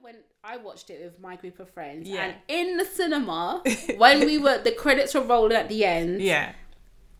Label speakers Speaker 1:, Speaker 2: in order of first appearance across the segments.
Speaker 1: when I watched it with my group of friends,
Speaker 2: Yeah.
Speaker 1: and in the cinema, when we were the credits were rolling at the end,
Speaker 2: Yeah.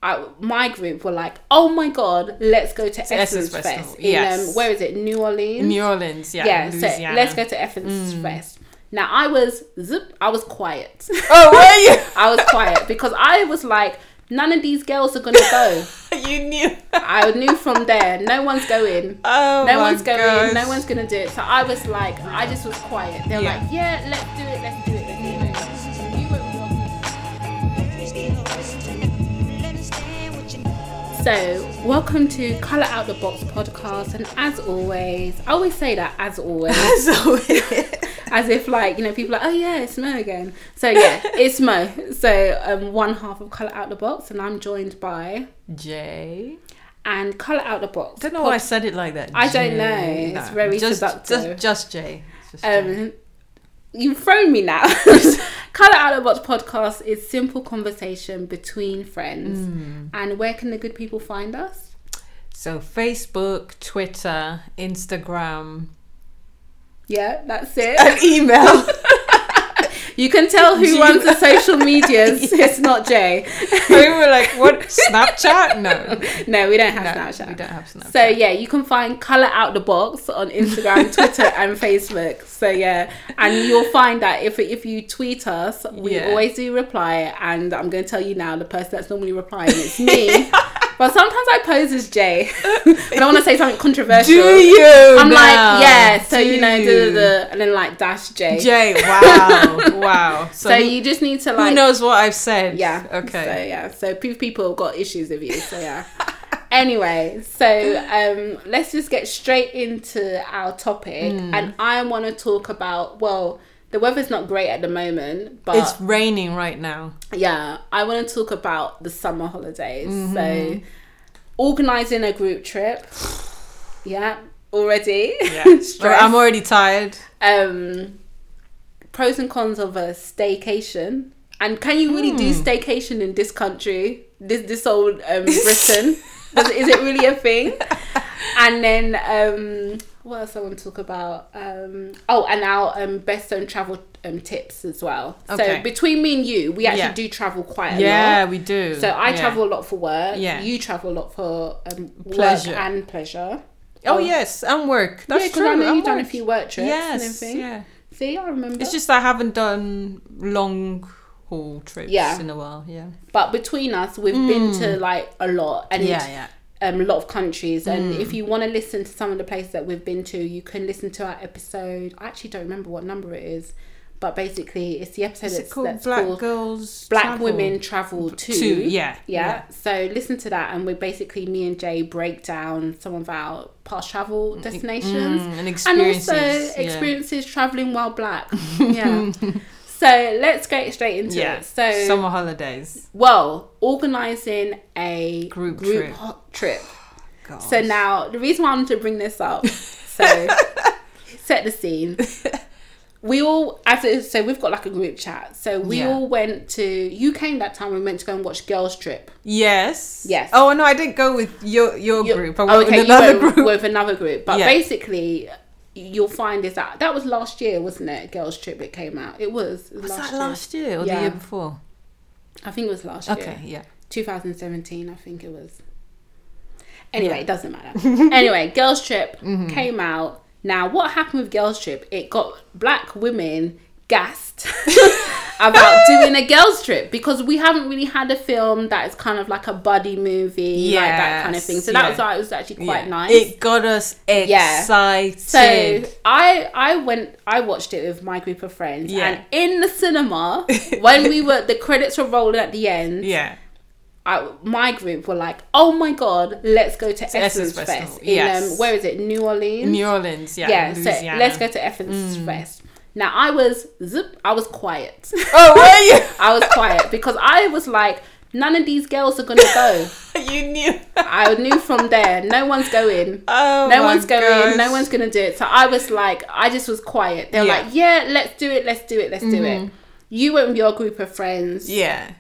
Speaker 1: I, my group were like, "Oh my god, let's go to Essence,
Speaker 2: Essence
Speaker 1: Fest."
Speaker 2: Festival,
Speaker 1: In,
Speaker 2: yes.
Speaker 1: um, where is it? New Orleans.
Speaker 2: New Orleans, yeah.
Speaker 1: Mm. yeah. So
Speaker 2: Louisiana. Mm.
Speaker 1: let's go to Essence Fest. Now I was zip. I was quiet.
Speaker 2: Oh, were you?
Speaker 1: I was quiet because I was like, none of these girls are gonna go.
Speaker 2: you knew.
Speaker 1: I knew from there, no one's going.
Speaker 2: Oh,
Speaker 1: No
Speaker 2: my
Speaker 1: one's going.
Speaker 2: gosh.
Speaker 1: No one's gonna do it. So I was like, I just was quiet. They were
Speaker 2: Yeah.
Speaker 1: like, yeah, let's do it. Let's do it. Let's do it. We were wrong. So, welcome to Colour Out the Box podcast. And as always, I always say that as always,
Speaker 2: So-
Speaker 1: as if like, you know, people are like, oh yeah, it's Mo again. So, yeah, it's Mo. So, um, one half of Colour Out the Box. And I'm joined by,
Speaker 2: Jay.
Speaker 1: and Colour Out the Box.
Speaker 2: Don't know why I said it like that.
Speaker 1: I don't
Speaker 2: Jay.
Speaker 1: know. It's very
Speaker 2: just,
Speaker 1: seductive.
Speaker 2: Just, just Jay. It's just Jay.
Speaker 1: Um, you've thrown me now. Colour Out of Box podcast is simple conversation between friends.
Speaker 2: Hmm.
Speaker 1: And where can the good people find us?
Speaker 2: So Facebook, Twitter, Instagram,
Speaker 1: Yeah, that's it.
Speaker 2: email.
Speaker 1: You can tell who
Speaker 2: G-
Speaker 1: runs the social medias. It's not Jay.
Speaker 2: we were like, what? Snapchat? No.
Speaker 1: No, we don't have
Speaker 2: no
Speaker 1: Snapchat.
Speaker 2: We don't have Snapchat.
Speaker 1: So yeah, you can find Colour Out the Box on Instagram, Twitter, and Facebook. So yeah, and you'll find that if if you tweet us, we
Speaker 2: Yeah.
Speaker 1: always do reply. And I'm going to tell you now, the person that's normally replying is me. But sometimes I pose as Jay. I don't want to say something controversial.
Speaker 2: Do you?
Speaker 1: I'm
Speaker 2: now?
Speaker 1: like, yeah, so
Speaker 2: Do
Speaker 1: you know, duh, duh, duh, and then like dash J.
Speaker 2: Jay, wow, wow. So,
Speaker 1: So
Speaker 2: who,
Speaker 1: you just need to
Speaker 2: who
Speaker 1: like
Speaker 2: knows what I've said?
Speaker 1: yeah.
Speaker 2: Okay.
Speaker 1: So yeah. So pe- people have got issues with you. So yeah. anyway, so um, let's just get straight into our topic,
Speaker 2: Hmm.
Speaker 1: and I want to talk about well. The weather's not great at the moment, but
Speaker 2: it's raining right now.
Speaker 1: yeah, I want to talk about the summer holidays.
Speaker 2: Mm-hmm.
Speaker 1: So, organizing a group trip, yeah, already.
Speaker 2: So
Speaker 1: Stress.
Speaker 2: I'm already tired.
Speaker 1: um, pros and cons of a staycation, and can you really
Speaker 2: Hmm.
Speaker 1: do staycation in this country, this this old um, Britain? Does, is it really a thing? And then um, what else I want to talk about? Um, oh, and our um, best own travel um, tips as well.
Speaker 2: Okay.
Speaker 1: So between me and you, we actually
Speaker 2: Yeah.
Speaker 1: do travel quite a
Speaker 2: Yeah,
Speaker 1: lot.
Speaker 2: we do.
Speaker 1: So I
Speaker 2: Yeah.
Speaker 1: travel a lot for work.
Speaker 2: Yeah.
Speaker 1: You travel a lot for um, pleasure
Speaker 2: Pleasure.
Speaker 1: work and pleasure.
Speaker 2: Oh yes, and work. That's
Speaker 1: yeah, because
Speaker 2: true.
Speaker 1: I know
Speaker 2: and
Speaker 1: you've done a
Speaker 2: work.
Speaker 1: few work trips and
Speaker 2: Yes.
Speaker 1: everything. Oh.
Speaker 2: Yeah.
Speaker 1: See, I remember.
Speaker 2: It's just I haven't done long haul trips
Speaker 1: Yeah.
Speaker 2: in a while. Yeah.
Speaker 1: but between us we've been to like a lot and
Speaker 2: Mm. yeah. Mm.
Speaker 1: um, a lot of countries and if you want to listen to some of the places that we've been to you can listen to our episode i actually don't remember what number it is but basically it's the episode
Speaker 2: Is it
Speaker 1: that's,
Speaker 2: called
Speaker 1: that's
Speaker 2: Black
Speaker 1: called
Speaker 2: Girls?
Speaker 1: black
Speaker 2: Travel?
Speaker 1: women travel to
Speaker 2: Two, yeah,
Speaker 1: yeah
Speaker 2: yeah.
Speaker 1: so listen to that and we basically me and jay break down some of our past travel destinations
Speaker 2: Mm, and
Speaker 1: and
Speaker 2: experiences.
Speaker 1: also
Speaker 2: yeah.
Speaker 1: experiences traveling while black yeah so let's get straight into
Speaker 2: Yeah.
Speaker 1: it so
Speaker 2: summer holidays.
Speaker 1: well, organizing a
Speaker 2: Group trip. Oh,
Speaker 1: ho- trip.
Speaker 2: God.
Speaker 1: So now the reason why I'm to bring this up, so set the scene. We all as it is, so we've got like a group chat. So we
Speaker 2: Yeah.
Speaker 1: all went to you came that time we went to go and watch Girls Trip.
Speaker 2: Yes.
Speaker 1: Yes.
Speaker 2: Oh no, I didn't go with your your
Speaker 1: You-
Speaker 2: group. I
Speaker 1: oh,
Speaker 2: went
Speaker 1: okay,
Speaker 2: with
Speaker 1: you
Speaker 2: another
Speaker 1: went
Speaker 2: group.
Speaker 1: with another group. But
Speaker 2: Yeah.
Speaker 1: basically you'll find is that that was last year, wasn't it? Girls Trip that came out. It was,
Speaker 2: Was that last year or
Speaker 1: Yeah.
Speaker 2: the year before?
Speaker 1: I think it was last year.
Speaker 2: Okay. Yeah.
Speaker 1: 2017, I think it was. Anyway, it doesn't matter. anyway, Girls Trip
Speaker 2: Mm-hmm.
Speaker 1: came out. Now, what happened with Girls Trip? It got black women gassed about doing a girls trip because we haven't really had a film that is kind of like a buddy movie, like that kind of thing. So that
Speaker 2: Yes,
Speaker 1: was why it was actually quite
Speaker 2: Yeah.
Speaker 1: nice.
Speaker 2: It got us
Speaker 1: Yeah.
Speaker 2: excited.
Speaker 1: So I I went I watched it with my group of friends
Speaker 2: Yeah.
Speaker 1: and in the cinema when we were the credits were rolling at the end
Speaker 2: yeah.
Speaker 1: I, my group were like, "Oh my god, let's go to Essence,
Speaker 2: Essence
Speaker 1: Fest."
Speaker 2: Festival,
Speaker 1: In,
Speaker 2: yes.
Speaker 1: um, where is it? New Orleans.
Speaker 2: New Orleans, yeah.
Speaker 1: Mm. yeah,
Speaker 2: Louisiana. Mm.
Speaker 1: so let's go to Essence Fest. Now I was zip. I was quiet.
Speaker 2: Oh,
Speaker 1: I was quiet because I was like, none of these girls are gonna go.
Speaker 2: were you? you knew.
Speaker 1: I knew from there, no one's going.
Speaker 2: Oh,
Speaker 1: no
Speaker 2: my
Speaker 1: one's going. No
Speaker 2: gosh.
Speaker 1: one's gonna do it. So I was like, I just was quiet. They're
Speaker 2: Yeah. Mm-hmm.
Speaker 1: like, "Yeah, let's do it. Let's do it. Let's do it." You went with your group of friends.
Speaker 2: Yeah.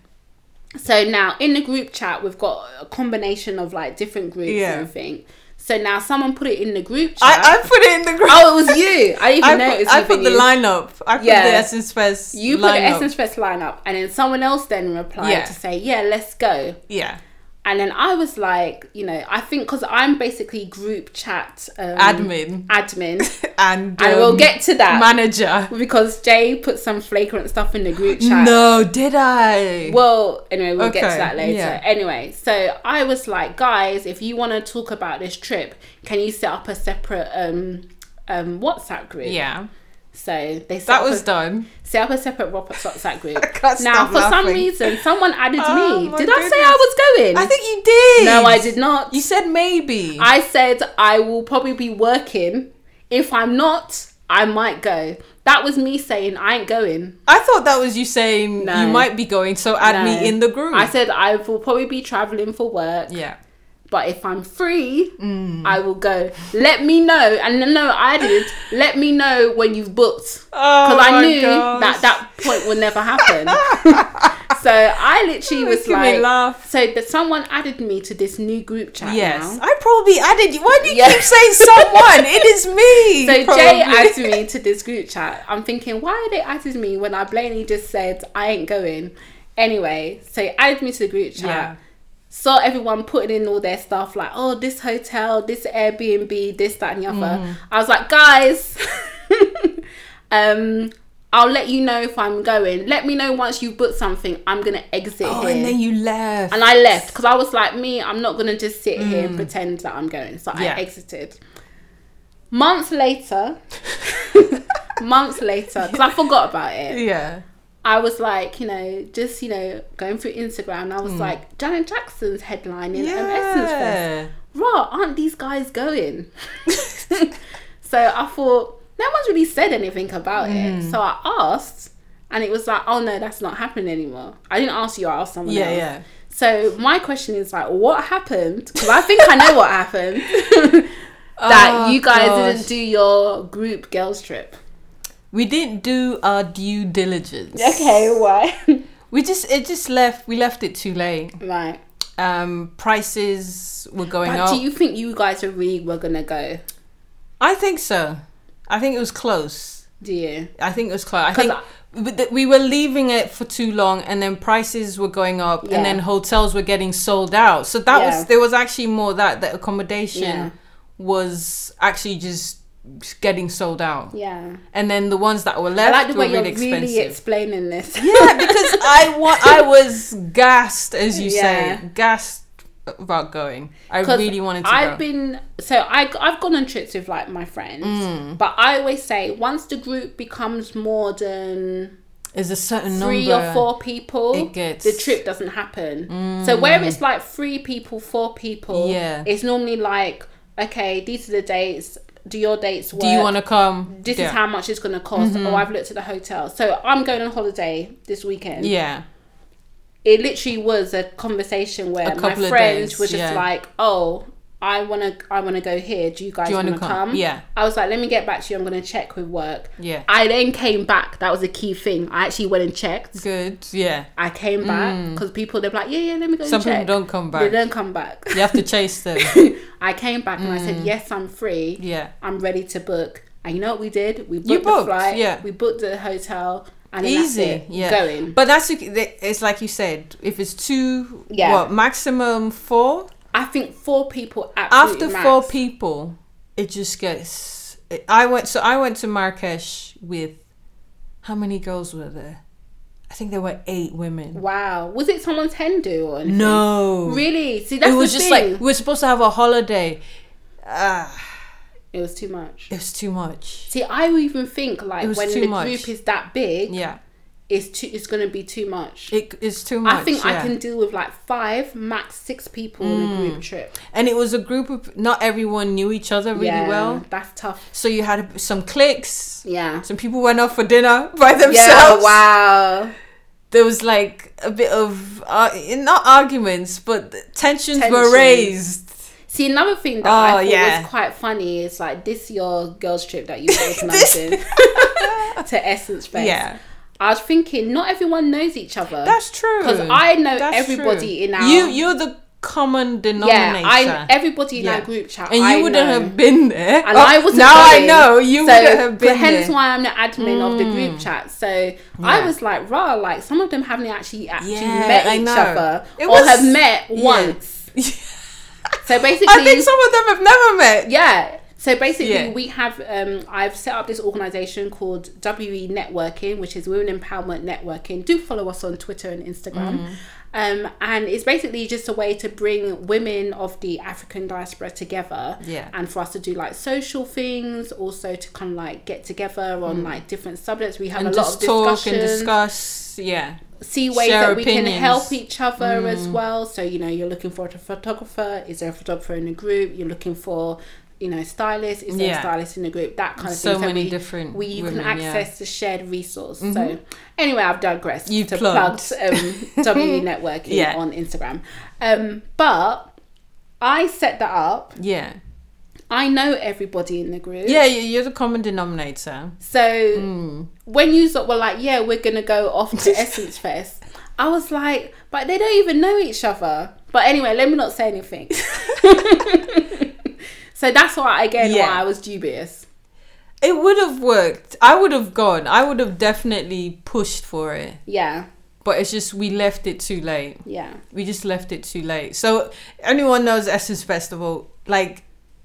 Speaker 1: So now in the group chat, we've got a combination of like different groups
Speaker 2: Yeah.
Speaker 1: and everything. So now someone put it in the group chat.
Speaker 2: I, I put it in the group.
Speaker 1: oh, it was you. I didn't even
Speaker 2: I
Speaker 1: know it
Speaker 2: put,
Speaker 1: was
Speaker 2: I
Speaker 1: even
Speaker 2: put the
Speaker 1: you.
Speaker 2: lineup. I put
Speaker 1: Yeah.
Speaker 2: the Essence Fest.
Speaker 1: You put the
Speaker 2: lineup.
Speaker 1: Essence Fest lineup, and then someone else then replied
Speaker 2: Yeah.
Speaker 1: to say, "Yeah, let's go."
Speaker 2: Yeah.
Speaker 1: And then I was like, you know, I think because I'm basically group chat um,
Speaker 2: Admin
Speaker 1: admin,
Speaker 2: and
Speaker 1: and
Speaker 2: um,
Speaker 1: we'll get to that
Speaker 2: manager.
Speaker 1: because Jay put some flagrant stuff in the group chat.
Speaker 2: No, did I?
Speaker 1: Well, anyway, we'll get to
Speaker 2: Okay,
Speaker 1: that later.
Speaker 2: yeah.
Speaker 1: Anyway, so I was like, guys, if you want to talk about this trip, can you set up a separate um um WhatsApp group?
Speaker 2: yeah,
Speaker 1: So they set
Speaker 2: that
Speaker 1: up
Speaker 2: was
Speaker 1: a,
Speaker 2: done.
Speaker 1: set up a separate Wop- WhatsApp group.
Speaker 2: can't
Speaker 1: now,
Speaker 2: stop
Speaker 1: for some
Speaker 2: laughing.
Speaker 1: reason, someone added
Speaker 2: Oh,
Speaker 1: me.
Speaker 2: my
Speaker 1: Did I say I was going?
Speaker 2: I think you did.
Speaker 1: no, I did not.
Speaker 2: You said maybe.
Speaker 1: I said I will probably be working. If I'm not, I might go. That was me saying I ain't going.
Speaker 2: I thought that was you saying
Speaker 1: No.
Speaker 2: you might be going, so
Speaker 1: No.
Speaker 2: add me in the group.
Speaker 1: I said I will probably be traveling for work.
Speaker 2: yeah.
Speaker 1: but if I'm free,
Speaker 2: Mm.
Speaker 1: I will go. Let me know, and no, no, I did. Let me know when you've booked,
Speaker 2: Oh
Speaker 1: because I
Speaker 2: my
Speaker 1: knew
Speaker 2: gosh.
Speaker 1: that that point would never happen. so I literally was
Speaker 2: Making me
Speaker 1: like,
Speaker 2: laugh.
Speaker 1: so that someone added me to this new group chat.
Speaker 2: Yes,
Speaker 1: now.
Speaker 2: I probably added you. Why do you
Speaker 1: Yeah.
Speaker 2: keep saying someone? it is me.
Speaker 1: So
Speaker 2: probably.
Speaker 1: Jay added me to this group chat. I'm thinking, why are they added me when I blatantly just said I ain't going? Anyway, so he added me to the group chat.
Speaker 2: Yeah.
Speaker 1: Saw everyone putting in all their stuff like, oh, this hotel, this Airbnb, this, that, and the other.
Speaker 2: Mm.
Speaker 1: I was like, guys, um, I'll let you know if I'm going. Let me know once you book something. I'm gonna exit
Speaker 2: Oh,
Speaker 1: here.
Speaker 2: and then you left.
Speaker 1: And I left because I was like, me, I'm not gonna just sit here and pretend that I'm going. So
Speaker 2: Mm. Yeah.
Speaker 1: I exited. Months later, months later, because I forgot about it,
Speaker 2: yeah.
Speaker 1: I was like, you know, just you know, going through Instagram, and I
Speaker 2: Mm.
Speaker 1: was like, Janet Jackson's headlining yeah. um, Essence Fest.
Speaker 2: Yeah.
Speaker 1: Raw, aren't these guys going? so I thought no one's really said anything about
Speaker 2: Mm.
Speaker 1: it. So I asked, and it was like, oh no, that's not happening anymore. I didn't ask you, I asked someone
Speaker 2: Yeah,
Speaker 1: else.
Speaker 2: yeah.
Speaker 1: So my question is like, what happened? Because I think I know what happened. that
Speaker 2: Oh,
Speaker 1: you guys
Speaker 2: gosh.
Speaker 1: didn't do your group girls trip.
Speaker 2: We didn't do our due diligence.
Speaker 1: why?
Speaker 2: We just it just left. We left it too late.
Speaker 1: right.
Speaker 2: Um, prices were going
Speaker 1: But
Speaker 2: up.
Speaker 1: do you think you guys are really were gonna go?
Speaker 2: I think so. I think it was close.
Speaker 1: Do you?
Speaker 2: I think it was close. I
Speaker 1: 'Cause
Speaker 2: think but th- we were leaving it for too long, and then prices were going up,
Speaker 1: Yeah.
Speaker 2: and then hotels were getting sold out. So that
Speaker 1: Yeah.
Speaker 2: was there was actually more that that accommodation
Speaker 1: Yeah.
Speaker 2: was actually just getting sold out,
Speaker 1: Yeah.
Speaker 2: and then the ones that were
Speaker 1: I
Speaker 2: left
Speaker 1: like the
Speaker 2: were
Speaker 1: way
Speaker 2: really
Speaker 1: you're
Speaker 2: expensive.
Speaker 1: really explaining this.
Speaker 2: yeah, because I wa- I was gassed, as you
Speaker 1: Yeah.
Speaker 2: say, gassed about going. I
Speaker 1: 'Cause
Speaker 2: really wanted to
Speaker 1: I've
Speaker 2: go.
Speaker 1: been so I I've gone on trips with like my friends,
Speaker 2: Mm.
Speaker 1: but I always say once the group becomes more than
Speaker 2: There's a certain
Speaker 1: three
Speaker 2: number.
Speaker 1: or four people,
Speaker 2: it gets- Mm.
Speaker 1: the trip doesn't happen. So where it's like three people, four people,
Speaker 2: Yeah.
Speaker 1: it's normally like okay, these are the dates. Do your dates work?
Speaker 2: Do you Mm-hmm. want to come?
Speaker 1: This
Speaker 2: yeah.
Speaker 1: is how much it's going to cost. Oh, I've looked at the hotel. So I'm going on holiday this weekend.
Speaker 2: Yeah.
Speaker 1: It literally was a conversation where my
Speaker 2: couple of
Speaker 1: friends
Speaker 2: days,
Speaker 1: were just
Speaker 2: yeah.
Speaker 1: like, "Oh, I want to, I want to go here. Do you guys
Speaker 2: you
Speaker 1: want
Speaker 2: wanna
Speaker 1: to come?
Speaker 2: come? Yeah.
Speaker 1: I was like, "Let me get back to you. I'm going to check with work."
Speaker 2: Yeah.
Speaker 1: I then came back. That was a key thing. I actually went and checked.
Speaker 2: Good. Yeah.
Speaker 1: I came back because people they're like, yeah, yeah, let me go.
Speaker 2: Mm. Some
Speaker 1: and check.
Speaker 2: people don't come
Speaker 1: They
Speaker 2: back.
Speaker 1: don't come back.
Speaker 2: You have to chase them.
Speaker 1: I came back and I said, yes, I'm free.
Speaker 2: Mm. Yeah.
Speaker 1: I'm ready to book. And you know what we did? We booked,
Speaker 2: You
Speaker 1: the
Speaker 2: booked,
Speaker 1: flight.
Speaker 2: yeah.
Speaker 1: We booked the hotel. And then that's
Speaker 2: Easy.
Speaker 1: it.
Speaker 2: Yeah.
Speaker 1: Going.
Speaker 2: But that's okay, th- it's like you said. If it's two,
Speaker 1: Yeah.
Speaker 2: what maximum four?
Speaker 1: I think four people absolutely
Speaker 2: After four
Speaker 1: max.
Speaker 2: people, it just gets. I went. So I went to Marrakesh with. How many girls were there? I think there were eight women.
Speaker 1: Wow. Was it someone's Hindu or anything?
Speaker 2: No.
Speaker 1: Really? See, that's
Speaker 2: it was
Speaker 1: the
Speaker 2: just
Speaker 1: thing.
Speaker 2: like we were supposed to have a holiday. Ah,
Speaker 1: it was too much.
Speaker 2: it was too much.
Speaker 1: See, I even think like
Speaker 2: was
Speaker 1: when
Speaker 2: too
Speaker 1: the
Speaker 2: much.
Speaker 1: group is that big,
Speaker 2: Yeah,
Speaker 1: it's too. It's gonna be too much.
Speaker 2: it is too much.
Speaker 1: I think I
Speaker 2: yeah. Mm.
Speaker 1: can deal with like five, max six people in a group trip.
Speaker 2: And it was a group of not everyone knew each other really well,
Speaker 1: That's tough.
Speaker 2: so you had some cliques.
Speaker 1: Yeah.
Speaker 2: Some people went off for dinner by
Speaker 1: Yeah.
Speaker 2: themselves.
Speaker 1: Wow.
Speaker 2: There was like a bit of uh, not arguments, but tensions,
Speaker 1: Tensions.
Speaker 2: were raised.
Speaker 1: See, another thing that I
Speaker 2: Oh,
Speaker 1: thought
Speaker 2: yeah.
Speaker 1: was quite funny is like this your girls trip that you were organising to Essence Fest.
Speaker 2: Yeah,
Speaker 1: I was thinking not everyone knows each other.
Speaker 2: that's true.
Speaker 1: because I know
Speaker 2: That's
Speaker 1: everybody
Speaker 2: true.
Speaker 1: in our
Speaker 2: You, you're the common
Speaker 1: yeah,
Speaker 2: denominator.
Speaker 1: I everybody in
Speaker 2: Yeah.
Speaker 1: our group chat.
Speaker 2: and you
Speaker 1: I
Speaker 2: wouldn't
Speaker 1: know.
Speaker 2: have been there.
Speaker 1: and
Speaker 2: Oh,
Speaker 1: I wasn't.
Speaker 2: Now I
Speaker 1: going.
Speaker 2: know you
Speaker 1: so,
Speaker 2: wouldn't have
Speaker 1: but
Speaker 2: been
Speaker 1: hence
Speaker 2: there.
Speaker 1: why I'm the admin of the group chat. So I
Speaker 2: Yeah.
Speaker 1: was like, rah, like some of them haven't actually actually
Speaker 2: Yeah,
Speaker 1: met
Speaker 2: I
Speaker 1: each
Speaker 2: know.
Speaker 1: other
Speaker 2: It
Speaker 1: or
Speaker 2: was-
Speaker 1: have met
Speaker 2: yeah.
Speaker 1: once. So basically,
Speaker 2: I think some of them have never met.
Speaker 1: yeah. So basically,
Speaker 2: Yeah.
Speaker 1: we have um, I've set up this organization called WE Networking, which is Women Empowerment Networking. Do follow us on Twitter and
Speaker 2: Mm-hmm.
Speaker 1: Instagram. Um, and it's basically just a way to bring women of the African diaspora together,
Speaker 2: Yeah.
Speaker 1: and for us to do like social things, also to kind of like get together on like different subjects. We have
Speaker 2: Mm. And
Speaker 1: a lot of
Speaker 2: just talk
Speaker 1: discussions
Speaker 2: and discuss. Yeah.
Speaker 1: see ways
Speaker 2: Share
Speaker 1: that we can
Speaker 2: opinions. Mm.
Speaker 1: help each other as well. So, you know, you're looking for a photographer, is there a photographer in the group? You're looking for, you know, stylist, is there a
Speaker 2: Yeah.
Speaker 1: stylist in the group? That kind of
Speaker 2: So
Speaker 1: thing.
Speaker 2: many
Speaker 1: we,
Speaker 2: different
Speaker 1: we you
Speaker 2: women,
Speaker 1: can
Speaker 2: yeah. Mm-hmm.
Speaker 1: access the shared resource. So anyway, I've digressed
Speaker 2: You
Speaker 1: to plug
Speaker 2: plugged.
Speaker 1: um, W networking
Speaker 2: Yeah.
Speaker 1: on Instagram. Um but I set that up.
Speaker 2: Yeah.
Speaker 1: I know everybody in the group.
Speaker 2: Yeah, you- you're the common denominator.
Speaker 1: So
Speaker 2: Mm.
Speaker 1: when you sort were like, yeah, we're gonna go off to Essence Fest, I was like, but they don't even know each other. But anyway, let me not say anything. so that's why again why
Speaker 2: Yeah.
Speaker 1: I was dubious.
Speaker 2: It would have worked. I would have gone. I would have definitely pushed for it.
Speaker 1: Yeah,
Speaker 2: But it's just we left it too late.
Speaker 1: yeah,
Speaker 2: We just left it too late. So anyone knows Essence Festival, like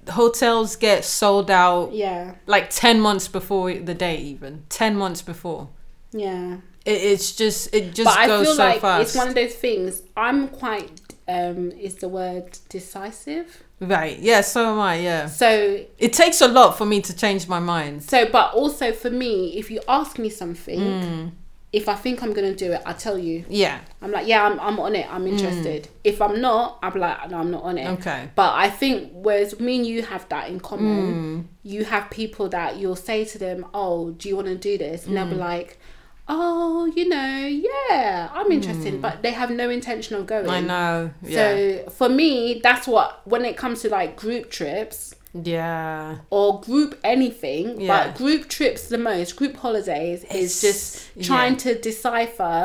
Speaker 2: hotels get sold out
Speaker 1: yeah,
Speaker 2: like 10 months before the day even. 10 months before.
Speaker 1: yeah.
Speaker 2: It, it's just it just
Speaker 1: But I
Speaker 2: goes
Speaker 1: feel
Speaker 2: so
Speaker 1: like
Speaker 2: fast.
Speaker 1: it's one of those things. I'm quite um is the word decisive.
Speaker 2: Right. Yeah, so am I, yeah.
Speaker 1: So
Speaker 2: It takes a lot for me to change my mind.
Speaker 1: So, but also for me, if you ask me something,
Speaker 2: Mm.
Speaker 1: if I think I'm gonna do it, I tell you.
Speaker 2: Yeah.
Speaker 1: I'm like, yeah, I'm, I'm on it. I'm interested. If I'm not, I'm like, no, I'm not on it.
Speaker 2: Mm. Okay.
Speaker 1: But I think whereas me and you have that in
Speaker 2: Mm.
Speaker 1: common, you have people that you'll say to them, "Oh, do you want to do this?" And they'll be
Speaker 2: Mm.
Speaker 1: like, "Oh, you know, yeah, I'm interested," but they have no intention of going.
Speaker 2: Mm. I know. Yeah.
Speaker 1: So for me, that's what when it comes to like group trips
Speaker 2: yeah.
Speaker 1: or group anything,
Speaker 2: Yeah.
Speaker 1: but group trips the most, group holidays is
Speaker 2: It's-
Speaker 1: just
Speaker 2: yeah.
Speaker 1: trying to decipher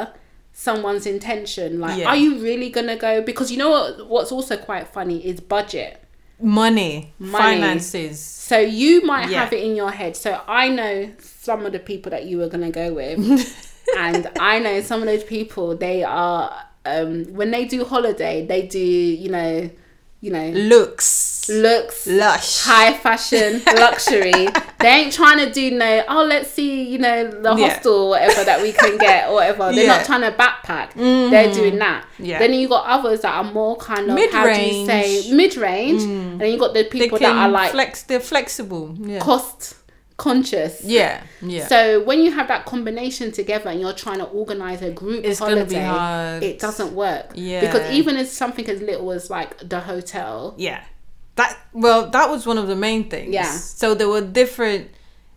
Speaker 1: someone's intention. Like,
Speaker 2: Yeah.
Speaker 1: are you really gonna go? Because you know what, what's also quite funny is budget.
Speaker 2: Money,
Speaker 1: Money.
Speaker 2: finances.
Speaker 1: So you might
Speaker 2: Yeah.
Speaker 1: have it in your head. So I know some of the people that you were gonna go with, and I know some of those people. They are um, when they do holiday, they do you know, you know,
Speaker 2: Looks.
Speaker 1: looks,
Speaker 2: Lush.
Speaker 1: high fashion, luxury. they ain't trying to do no, oh, let's see, you know, the
Speaker 2: Yeah.
Speaker 1: hostel or whatever that we can get or whatever. They're not
Speaker 2: Yeah.
Speaker 1: trying
Speaker 2: Mm-hmm.
Speaker 1: to backpack. They're doing that.
Speaker 2: Yeah.
Speaker 1: Then you got others that are more kind of, how do you
Speaker 2: Mid-range. Mm.
Speaker 1: say, mid range. And then you got the
Speaker 2: They
Speaker 1: people
Speaker 2: can
Speaker 1: that are like
Speaker 2: flex they're flexible. Yeah.
Speaker 1: cost conscious.
Speaker 2: yeah. Yeah.
Speaker 1: So when you have that combination together and you're trying to organize a group
Speaker 2: It's gonna
Speaker 1: holiday,
Speaker 2: be hard.
Speaker 1: it doesn't work.
Speaker 2: Yeah.
Speaker 1: Because even as something as little as like the hotel,
Speaker 2: yeah. That well, that was one of the main things.
Speaker 1: Yeah.
Speaker 2: So there were different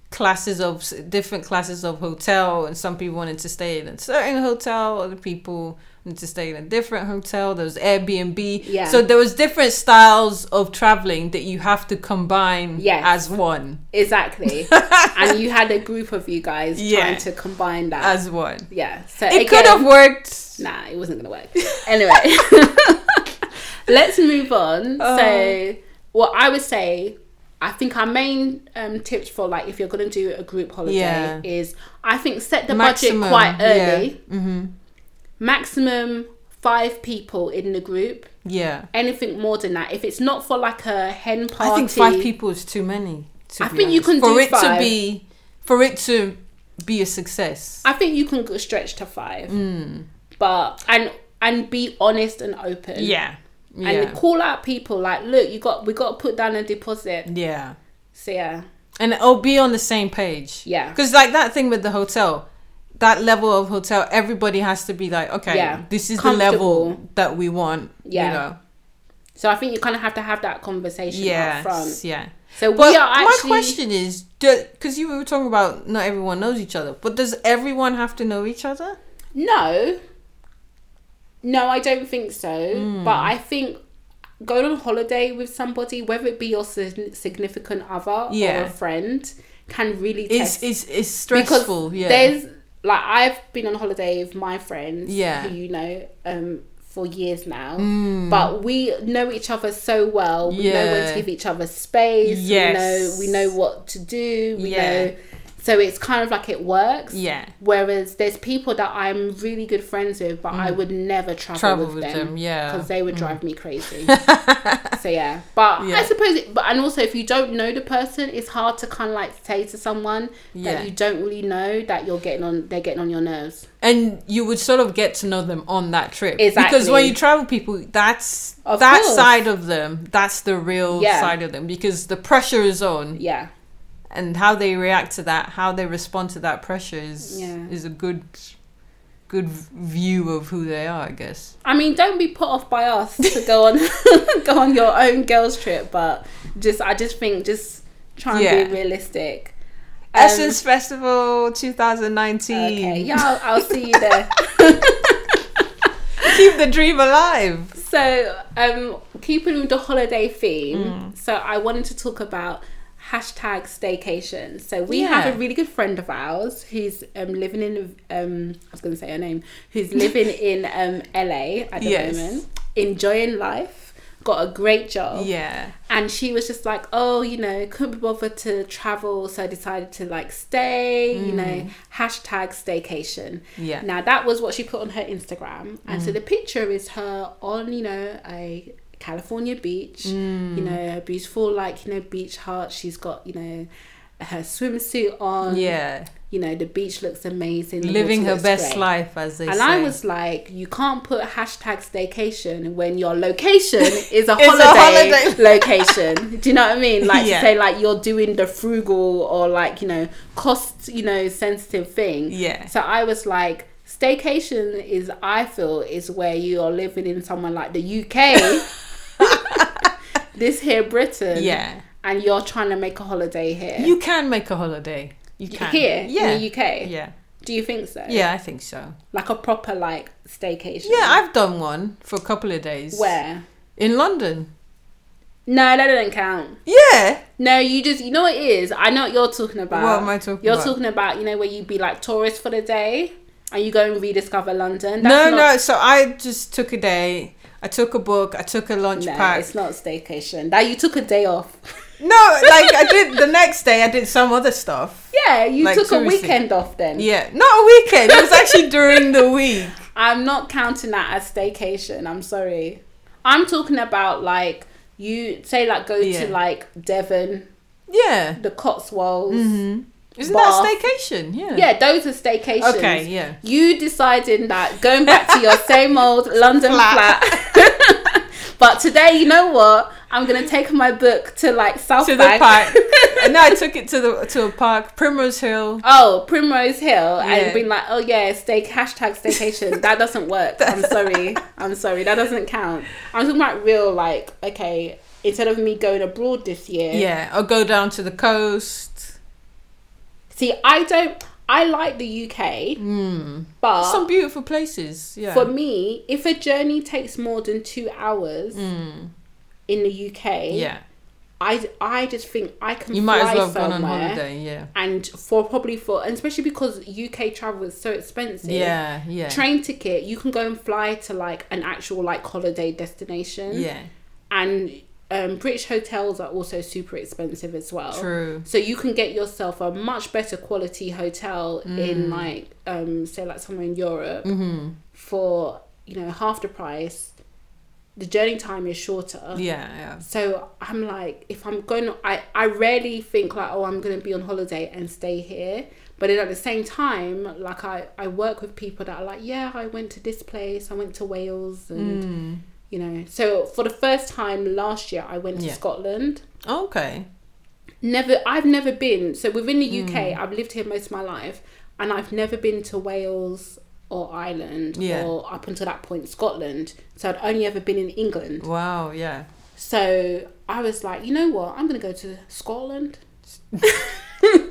Speaker 2: classes of different classes of hotel and some people wanted to stay in a certain hotel other people wanted to stay in a different hotel there was airbnb
Speaker 1: Yeah.
Speaker 2: so there was different styles of traveling that you have to combine
Speaker 1: Yes.
Speaker 2: as one
Speaker 1: Exactly. and you had a group of you guys
Speaker 2: Yeah.
Speaker 1: trying to combine that.
Speaker 2: as one
Speaker 1: yeah. So
Speaker 2: it could have worked
Speaker 1: Nah, it wasn't gonna work. Anyway, let's move on.
Speaker 2: Oh.
Speaker 1: So, what I would say, I think our main um, tips for like if you're gonna do a group holiday
Speaker 2: Yeah.
Speaker 1: is I think set the
Speaker 2: Maximum,
Speaker 1: budget quite
Speaker 2: yeah. Mm-hmm.
Speaker 1: early. Maximum five people in the group.
Speaker 2: yeah
Speaker 1: Anything more than that, if it's not for like a hen party,
Speaker 2: I think five people is too many. To
Speaker 1: I
Speaker 2: be
Speaker 1: think you
Speaker 2: honest.
Speaker 1: can
Speaker 2: for
Speaker 1: do
Speaker 2: it
Speaker 1: five.
Speaker 2: to be for it to be a success.
Speaker 1: I think you can go stretch to five, but and and be honest and open.
Speaker 2: Yeah, yeah,
Speaker 1: and call out people like, look, you got we got to put down a deposit.
Speaker 2: yeah,
Speaker 1: So yeah,
Speaker 2: and oh, be on the same page.
Speaker 1: Yeah.
Speaker 2: because like that thing with the hotel, that level of hotel, everybody has to be like, okay,
Speaker 1: Yeah.
Speaker 2: this is the level
Speaker 1: Comfortable.
Speaker 2: that we want. Yeah,
Speaker 1: Yeah.
Speaker 2: you know?
Speaker 1: so I think you kind of have to have that conversation up
Speaker 2: yes,
Speaker 1: front.
Speaker 2: yeah.
Speaker 1: So
Speaker 2: But
Speaker 1: we are
Speaker 2: my
Speaker 1: actually
Speaker 2: question is, because you were talking about not everyone knows each other, but does everyone have to know each other?
Speaker 1: no, no, I don't think so.
Speaker 2: Hmm.
Speaker 1: But I think going on holiday with somebody, whether it be your sig- significant other or
Speaker 2: Yeah.
Speaker 1: a friend, can really test
Speaker 2: It's it's it's stressful.
Speaker 1: Because
Speaker 2: yeah,
Speaker 1: there's like I've been on holiday with my friends.
Speaker 2: Yeah. Mm.
Speaker 1: Who you know, um, for years now, but we know each other so well. We know when
Speaker 2: Yeah.
Speaker 1: to give each other space.
Speaker 2: Yes.
Speaker 1: We know we know what to do. We
Speaker 2: Yeah.
Speaker 1: know, so it's kind of like it works.
Speaker 2: Yeah.
Speaker 1: Whereas there's people that I'm really good friends with, but I would never travel,
Speaker 2: Mm. Travel
Speaker 1: with,
Speaker 2: with
Speaker 1: them.
Speaker 2: them, yeah. Mm.
Speaker 1: because they would drive me crazy. so yeah, but
Speaker 2: Yeah.
Speaker 1: I suppose, it, but and also if you don't know the person, it's hard to kind of like say to someone
Speaker 2: Yeah.
Speaker 1: that you don't really know that you're getting on, they're getting on your nerves.
Speaker 2: and you would sort of get to know them on that trip because
Speaker 1: Exactly.
Speaker 2: when you travel people that's
Speaker 1: Of
Speaker 2: that
Speaker 1: course.
Speaker 2: side of them that's the real
Speaker 1: Yeah.
Speaker 2: side of them because the pressure is on
Speaker 1: Yeah,
Speaker 2: and how they react to that how they respond to that pressure is
Speaker 1: Yeah.
Speaker 2: is a good good view of who they are i guess
Speaker 1: I mean, don't be put off by us to go on, go on your own girls trip, but just I just think just try and
Speaker 2: Yeah.
Speaker 1: be realistic. Um,
Speaker 2: essence festival 2019
Speaker 1: Okay, yeah, I'll, I'll see you there.
Speaker 2: keep the dream alive
Speaker 1: So, um, keeping with the holiday theme,
Speaker 2: Mm.
Speaker 1: so I wanted to talk about hashtag staycation. So we have
Speaker 2: Yeah.
Speaker 1: a really good friend of ours who's um, living in um, I was going to say her name, who's living in um, LA at the
Speaker 2: Yes.
Speaker 1: moment, enjoying life, got a great job,
Speaker 2: yeah
Speaker 1: and she was just like, oh, you know, couldn't be bothered to travel, so I decided to like stay, you know, hashtag staycation.
Speaker 2: Mm. Yeah. Mm.
Speaker 1: Now that was what she put on her Instagram, and so the picture is her on, you know, a California beach,
Speaker 2: Mm.
Speaker 1: you know, her beautiful like you know beach hut. She's got you know her swimsuit on.
Speaker 2: yeah
Speaker 1: You know the beach looks amazing. the
Speaker 2: living
Speaker 1: water
Speaker 2: her
Speaker 1: looks
Speaker 2: best
Speaker 1: great.
Speaker 2: life as they
Speaker 1: And
Speaker 2: say
Speaker 1: I was like, you can't put hashtag staycation when your location is a
Speaker 2: It's a
Speaker 1: holiday,
Speaker 2: holiday.
Speaker 1: location. Do you know what I mean? Like
Speaker 2: Yeah.
Speaker 1: to say like you're doing the frugal or like, you know, cost, you know, sensitive thing.
Speaker 2: Yeah.
Speaker 1: So I was like, staycation is I feel is where you are living in somewhere like the UK. this here Britain.
Speaker 2: yeah
Speaker 1: And you're trying to make a holiday here.
Speaker 2: You can make a holiday. You can.
Speaker 1: Here
Speaker 2: yeah.
Speaker 1: in the UK.
Speaker 2: Yeah.
Speaker 1: Do you think so?
Speaker 2: Yeah, I think so.
Speaker 1: Like a proper like staycation.
Speaker 2: Yeah, I've done one for a couple of days.
Speaker 1: where?
Speaker 2: In London.
Speaker 1: No, that doesn't count.
Speaker 2: Yeah.
Speaker 1: No, you just you know what it is. I know what you're talking about.
Speaker 2: What am I talking
Speaker 1: You're
Speaker 2: about?
Speaker 1: talking about you know where you be like tourist for the day and you go and rediscover London.
Speaker 2: no,
Speaker 1: not,
Speaker 2: no. So I just took a day. I took a book. I took a lunch
Speaker 1: no,
Speaker 2: pack.
Speaker 1: it's not staycation. That you took a day off.
Speaker 2: No, like I did the next day. I did some other stuff.
Speaker 1: yeah, you
Speaker 2: Like,
Speaker 1: took
Speaker 2: seriously.
Speaker 1: a weekend off then.
Speaker 2: Yeah, not a weekend. It was actually during the week.
Speaker 1: I'm not counting that as staycation. I'm sorry. I'm talking about like you say like go
Speaker 2: Yeah.
Speaker 1: to like Devon,
Speaker 2: Yeah.
Speaker 1: the Cotswolds.
Speaker 2: Mm-hmm. Isn't
Speaker 1: Bath.
Speaker 2: that a staycation? Yeah.
Speaker 1: Yeah, those are staycations.
Speaker 2: Okay, yeah.
Speaker 1: You deciding that going back to your same old London
Speaker 2: Flat.
Speaker 1: flat. but today, you know what? I'm gonna take my book to like South
Speaker 2: To the
Speaker 1: Bank.
Speaker 2: park. and I took it to the to a park, Primrose Hill.
Speaker 1: Oh, Primrose Hill,
Speaker 2: Yeah.
Speaker 1: and being like, oh yeah, stay hashtag staycation. that doesn't work. I'm sorry. I'm sorry. That doesn't count. I'm talking about real, like, okay, instead of me going abroad this year,
Speaker 2: Yeah. Or go down to the coast.
Speaker 1: see, I don't. I like the UK, but
Speaker 2: Hmm. some beautiful places. Yeah.
Speaker 1: Uh, For me, if a journey takes more than two hours in the UK,
Speaker 2: Mm. yeah.
Speaker 1: I, I just think I can
Speaker 2: You might
Speaker 1: fly
Speaker 2: as well have
Speaker 1: somewhere
Speaker 2: gone on holiday. Yeah.
Speaker 1: and for probably for and especially because UK travel is so expensive.
Speaker 2: Yeah. Yeah.
Speaker 1: Train ticket, you can go and fly to like an actual like holiday destination.
Speaker 2: yeah.
Speaker 1: And um, British hotels are also super expensive as well.
Speaker 2: True.
Speaker 1: So you can get yourself a much better quality hotel
Speaker 2: Mm.
Speaker 1: in like um say like somewhere in Europe
Speaker 2: Mm-hmm.
Speaker 1: for you know half the price. The journey time is shorter.
Speaker 2: Yeah. Yeah.
Speaker 1: So I'm like, if I'm going, to, I I rarely think like, oh, I'm gonna be on holiday and stay here. But then at the same time, like I I work with people that are like, yeah, I went to this place, I went to Wales, and
Speaker 2: Mm.
Speaker 1: you know. So for the first time last year, I went to
Speaker 2: Yeah.
Speaker 1: Scotland.
Speaker 2: Okay.
Speaker 1: Never, I've never been. So within the UK, I've lived here most of my life, and I've never been to Wales or Ireland
Speaker 2: Yeah.
Speaker 1: or up until that point Scotland. So I'd only ever been in England.
Speaker 2: Wow. Yeah.
Speaker 1: So I was like, you know what? I'm gonna go to Scotland.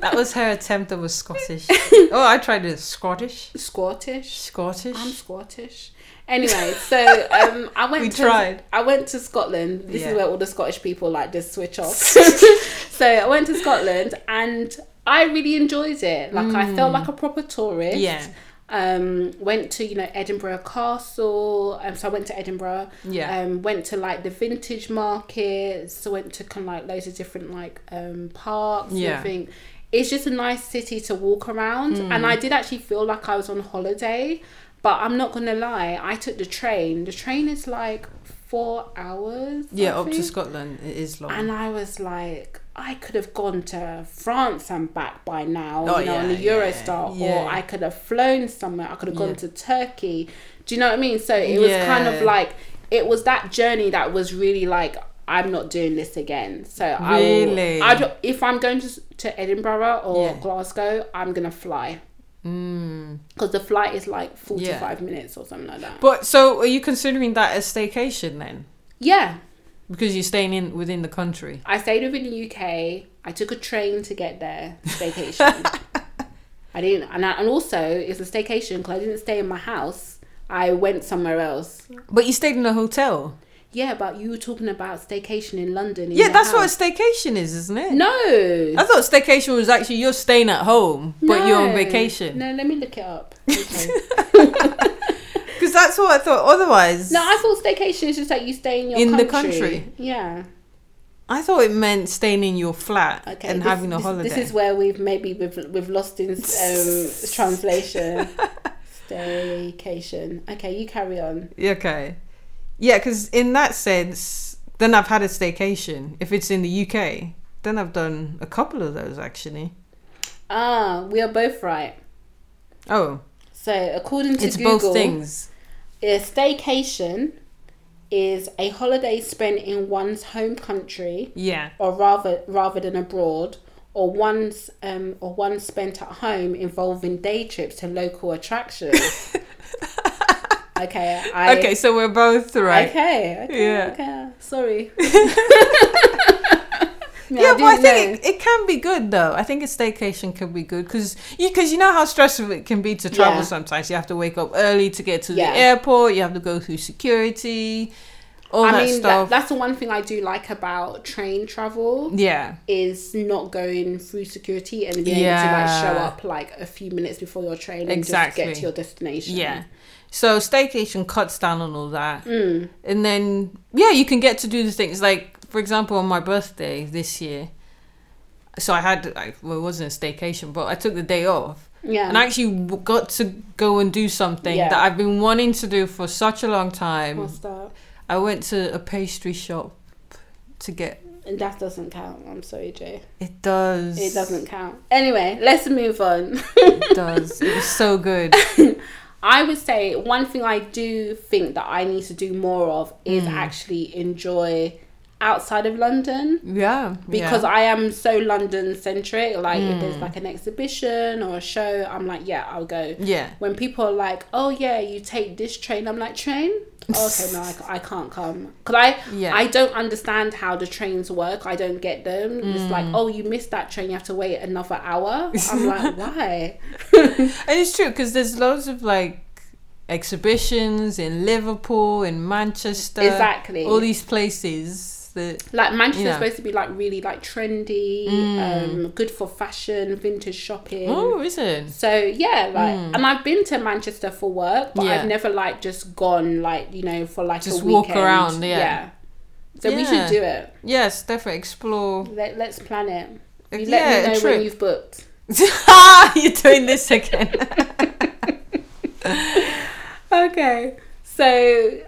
Speaker 2: That was her attempt. That was Scottish. oh, I tried it. Scottish.
Speaker 1: Scottish.
Speaker 2: Scottish.
Speaker 1: I'm Scottish. Anyway, so um, I went.
Speaker 2: We
Speaker 1: to,
Speaker 2: tried.
Speaker 1: I went to Scotland. This
Speaker 2: Yeah.
Speaker 1: is where all the Scottish people like just switch off. so I went to Scotland, and I really enjoyed it. Like I felt like a proper tourist.
Speaker 2: Mm. Yeah.
Speaker 1: Um, went to you know Edinburgh Castle. Um, so I went to Edinburgh.
Speaker 2: Yeah.
Speaker 1: Um, went to like the vintage markets. So went to kind of like loads of different like um parks.
Speaker 2: Yeah.
Speaker 1: Yeah. Think it's just a nice city to walk around, and
Speaker 2: Mm.
Speaker 1: I did actually feel like I was on holiday. But I'm not gonna lie, I took the train. The train is like four hours.
Speaker 2: yeah,
Speaker 1: I
Speaker 2: up to
Speaker 1: think.
Speaker 2: Scotland. It is long.
Speaker 1: And I was like, I could have gone to France and back by now,
Speaker 2: Oh,
Speaker 1: you know, on the
Speaker 2: yeah, yeah,
Speaker 1: Eurostar,
Speaker 2: yeah.
Speaker 1: or I could have flown somewhere. I could have gone
Speaker 2: Yeah.
Speaker 1: to Turkey. Do you know what I mean? So it was kind of
Speaker 2: Yeah.
Speaker 1: like it was that journey that was really like I'm not doing this again. So
Speaker 2: Really?
Speaker 1: I will, I don't- if I'm going to s- to Edinburgh or
Speaker 2: Yeah.
Speaker 1: Glasgow, I'm gonna fly
Speaker 2: Mm.
Speaker 1: because the flight is like 45 minutes or something like that.
Speaker 2: But so are you considering that as staycation then?
Speaker 1: yeah,
Speaker 2: Because you're staying in within the country.
Speaker 1: I stayed within the UK. I took a train to get there. Vacation. I didn't, and, I, and also it's a staycation because I didn't stay in my house. I went somewhere else.
Speaker 2: But you stayed in a hotel.
Speaker 1: Yeah, but you were talking about staycation in London. in
Speaker 2: Yeah,
Speaker 1: your
Speaker 2: that's what a
Speaker 1: house.
Speaker 2: staycation is, isn't it?
Speaker 1: No.
Speaker 2: I thought staycation was actually you're staying at home, but you're on
Speaker 1: No.
Speaker 2: vacation.
Speaker 1: No, let me look it up. Okay.
Speaker 2: Because that's what I thought. Otherwise,
Speaker 1: no, I thought staycation is just like you stay in your
Speaker 2: In the
Speaker 1: country.
Speaker 2: country.
Speaker 1: Yeah.
Speaker 2: I thought it meant staying in your flat
Speaker 1: Okay.
Speaker 2: and
Speaker 1: this-
Speaker 2: having a
Speaker 1: this-
Speaker 2: holiday.
Speaker 1: This is where we've maybe we've we've lost in um, translation. Staycation. Okay, you carry on.
Speaker 2: okay. Yeah, because in that sense, then I've had a staycation. If it's in the UK, then I've done a couple of those actually.
Speaker 1: Ah, we are both right.
Speaker 2: Oh,
Speaker 1: So according to
Speaker 2: it's
Speaker 1: Google,
Speaker 2: both things.
Speaker 1: a staycation is a holiday spent in one's home country,
Speaker 2: Yeah.
Speaker 1: or rather rather than abroad, or one's um or one spent at home involving day trips to local attractions. okay. I,
Speaker 2: okay, so we're both right.
Speaker 1: Okay. Okay.
Speaker 2: Yeah.
Speaker 1: Okay. Sorry.
Speaker 2: Yeah, but I
Speaker 1: didn't know.
Speaker 2: think it, it can be good though. I think a staycation can be good because you because you know how stressful it can be to travel.
Speaker 1: Yeah.
Speaker 2: Sometimes you have to wake up early to get to
Speaker 1: Yeah.
Speaker 2: the airport. You have to go through security, all
Speaker 1: I
Speaker 2: that
Speaker 1: mean, that,
Speaker 2: stuff.
Speaker 1: that's the one thing I do like about train travel.
Speaker 2: yeah,
Speaker 1: is not going through security and being able to
Speaker 2: Yeah.
Speaker 1: like show up like a few minutes before your train and just get
Speaker 2: Exactly.
Speaker 1: to your destination.
Speaker 2: yeah. So staycation cuts down on all that,
Speaker 1: Mm.
Speaker 2: and then yeah, you can get to do the things like, for example, on my birthday this year. So I had I, well, it wasn't a staycation, but I took the day off.
Speaker 1: Yeah.
Speaker 2: and I actually w- got to go and do something
Speaker 1: Yeah.
Speaker 2: that I've been wanting to do for such a long time.
Speaker 1: What's that?
Speaker 2: I went to a pastry shop to get.
Speaker 1: And that doesn't count. I'm sorry, Jay.
Speaker 2: It does.
Speaker 1: It doesn't count. Anyway, let's move on.
Speaker 2: It does. It was so good.
Speaker 1: I would say one thing I do think that I need to do more of is
Speaker 2: Mm.
Speaker 1: actually enjoy outside of London.
Speaker 2: Yeah.
Speaker 1: because
Speaker 2: yeah. Hmm.
Speaker 1: I am so London centric. Like if there's like an exhibition or a show, I'm like, yeah, I'll go.
Speaker 2: Yeah.
Speaker 1: When people are like, oh yeah, you take this train, I'm like, train? Oh, okay, no, I, I can't come because I
Speaker 2: Yeah.
Speaker 1: I don't understand how the trains work. I don't get them. It's
Speaker 2: Hmm.
Speaker 1: like, oh, you missed that train, you have to wait another hour. I'm like, why?
Speaker 2: and it's true because there's loads of like exhibitions in Liverpool, in Manchester,
Speaker 1: Exactly.
Speaker 2: all these places that.
Speaker 1: Like Manchester's
Speaker 2: Yeah. Hmm.
Speaker 1: supposed to be like really like trendy, um, good for fashion, vintage shopping.
Speaker 2: Oh, is it?
Speaker 1: So yeah, like, and I've been to Manchester for work, but
Speaker 2: Hmm. Yeah.
Speaker 1: I've never like just gone like you know for like
Speaker 2: Just
Speaker 1: a
Speaker 2: walk
Speaker 1: weekend.
Speaker 2: around, yeah.
Speaker 1: So we should
Speaker 2: Yeah.
Speaker 1: do it.
Speaker 2: Yes, definitely explore.
Speaker 1: Let, let's plan it. You
Speaker 2: Yeah,
Speaker 1: let
Speaker 2: a
Speaker 1: me know
Speaker 2: trip.
Speaker 1: when you've booked.
Speaker 2: You're doing this again.
Speaker 1: Okay. So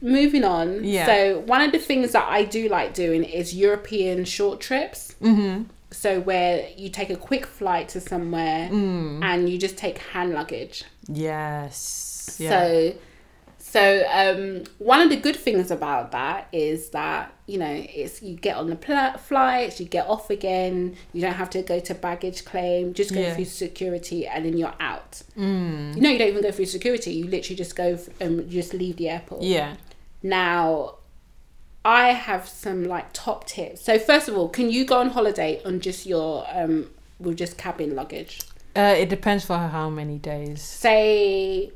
Speaker 1: moving on.
Speaker 2: Yeah.
Speaker 1: So one of the things that I do like doing is European short trips.
Speaker 2: mm-hmm.
Speaker 1: So where you take a quick flight to somewhere
Speaker 2: Mm.
Speaker 1: and you just take hand luggage.
Speaker 2: Yes. Yeah.
Speaker 1: So, so um, one of the good things about that is that you know it's you get on the pl- flights, you get off again, you don't have to go to baggage claim, just go
Speaker 2: Yeah.
Speaker 1: through security and then you're out. Mm. No, you don't even go through security. You literally just go f- um, you just leave the airport.
Speaker 2: yeah.
Speaker 1: Now, I have some like top tips. So first of all, can you go on holiday on just your um with just cabin luggage?
Speaker 2: Uh, it depends for how many days.
Speaker 1: Say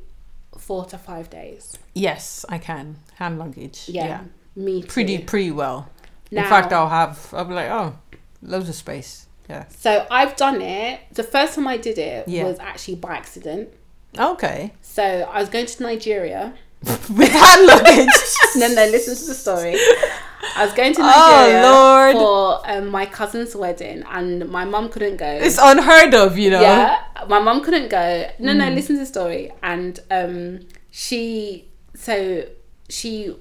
Speaker 1: four to five days.
Speaker 2: Yes, I can hand luggage.
Speaker 1: Yeah. Me too.
Speaker 2: pretty pretty well.
Speaker 1: Now-
Speaker 2: In fact, I'll have. I'll be like, oh, loads of space. Yeah.
Speaker 1: So I've done it. The first time I did it
Speaker 2: Yeah.
Speaker 1: was actually by accident.
Speaker 2: Okay.
Speaker 1: So I was going to Nigeria.
Speaker 2: With hand luggage.
Speaker 1: No, no, listen to the story. I was going to Nigeria
Speaker 2: Oh, Lord.
Speaker 1: for um, my cousin's wedding, and my mum couldn't go.
Speaker 2: It's unheard of, you know.
Speaker 1: Yeah, my mum couldn't go. No,
Speaker 2: Mm.
Speaker 1: no, listen to the story. And um, she, so she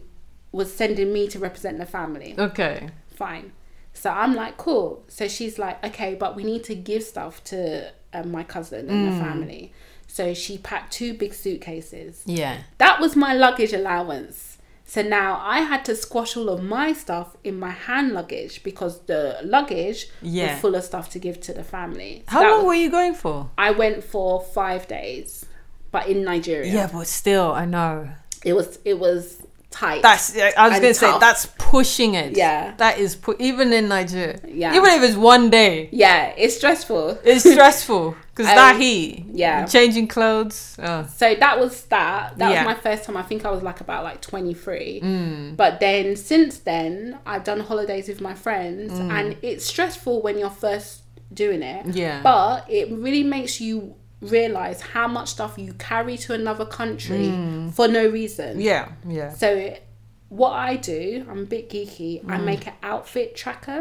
Speaker 1: was sending me to represent the family.
Speaker 2: Okay.
Speaker 1: Fine. So I'm like, cool. So she's like, okay, but we need to give stuff to um, my cousin and
Speaker 2: Hmm.
Speaker 1: the family. So she packed two big suitcases.
Speaker 2: Yeah.
Speaker 1: That was my luggage allowance. So now I had to squash all of my stuff in my hand luggage because the luggage
Speaker 2: Yeah.
Speaker 1: was full of stuff to give to the family. So
Speaker 2: How
Speaker 1: that
Speaker 2: long
Speaker 1: was-
Speaker 2: were you going for?
Speaker 1: I went for five days, but in Nigeria,
Speaker 2: Yeah. but still, I know.
Speaker 1: it was it was tight.
Speaker 2: That's. I was
Speaker 1: And
Speaker 2: gonna say
Speaker 1: tough.
Speaker 2: that's pushing it.
Speaker 1: Yeah.
Speaker 2: That is pu- even in Nigeria.
Speaker 1: Yeah.
Speaker 2: Even if it's one day,
Speaker 1: yeah, it's stressful.
Speaker 2: it's stressful because
Speaker 1: Um,
Speaker 2: that heat.
Speaker 1: yeah.
Speaker 2: Changing clothes. Oh.
Speaker 1: So that was that. That
Speaker 2: Yeah. Mm.
Speaker 1: was my first time. I think I was like about like 23. But then since then, I've done holidays with my friends
Speaker 2: Mm.
Speaker 1: and it's stressful when you're first doing it.
Speaker 2: Yeah.
Speaker 1: But it really makes you realize how much stuff you carry to another country for no reason.
Speaker 2: Mm. Yeah. Yeah.
Speaker 1: So, what I do, I'm a bit geeky. I make an outfit tracker,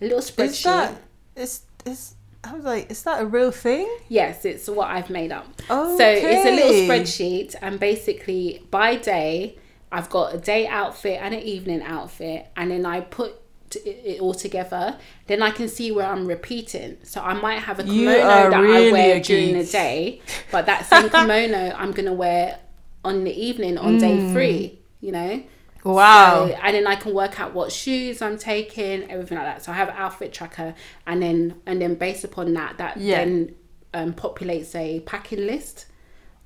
Speaker 1: a little spreadsheet.
Speaker 2: Mm. Is that? It's. It's. I was like, is that a real thing?
Speaker 1: Yes, it's what I've made up. So it's a little
Speaker 2: Okay.
Speaker 1: spreadsheet, and basically by day, I've got a day outfit and an evening outfit, and then I put t- it all together. Then I can see where I'm repeating. So I might have a
Speaker 2: You
Speaker 1: kimono
Speaker 2: are
Speaker 1: that
Speaker 2: really
Speaker 1: I wear
Speaker 2: a
Speaker 1: during the
Speaker 2: geek.
Speaker 1: day, but that same kimono I'm gonna wear on the evening on day three. You know.
Speaker 2: Mm. Wow.
Speaker 1: So- and then I can work out what shoes I'm taking, everything like that. So I have an outfit tracker, and then and then based upon that, that
Speaker 2: Yeah.
Speaker 1: then um, populates a packing list.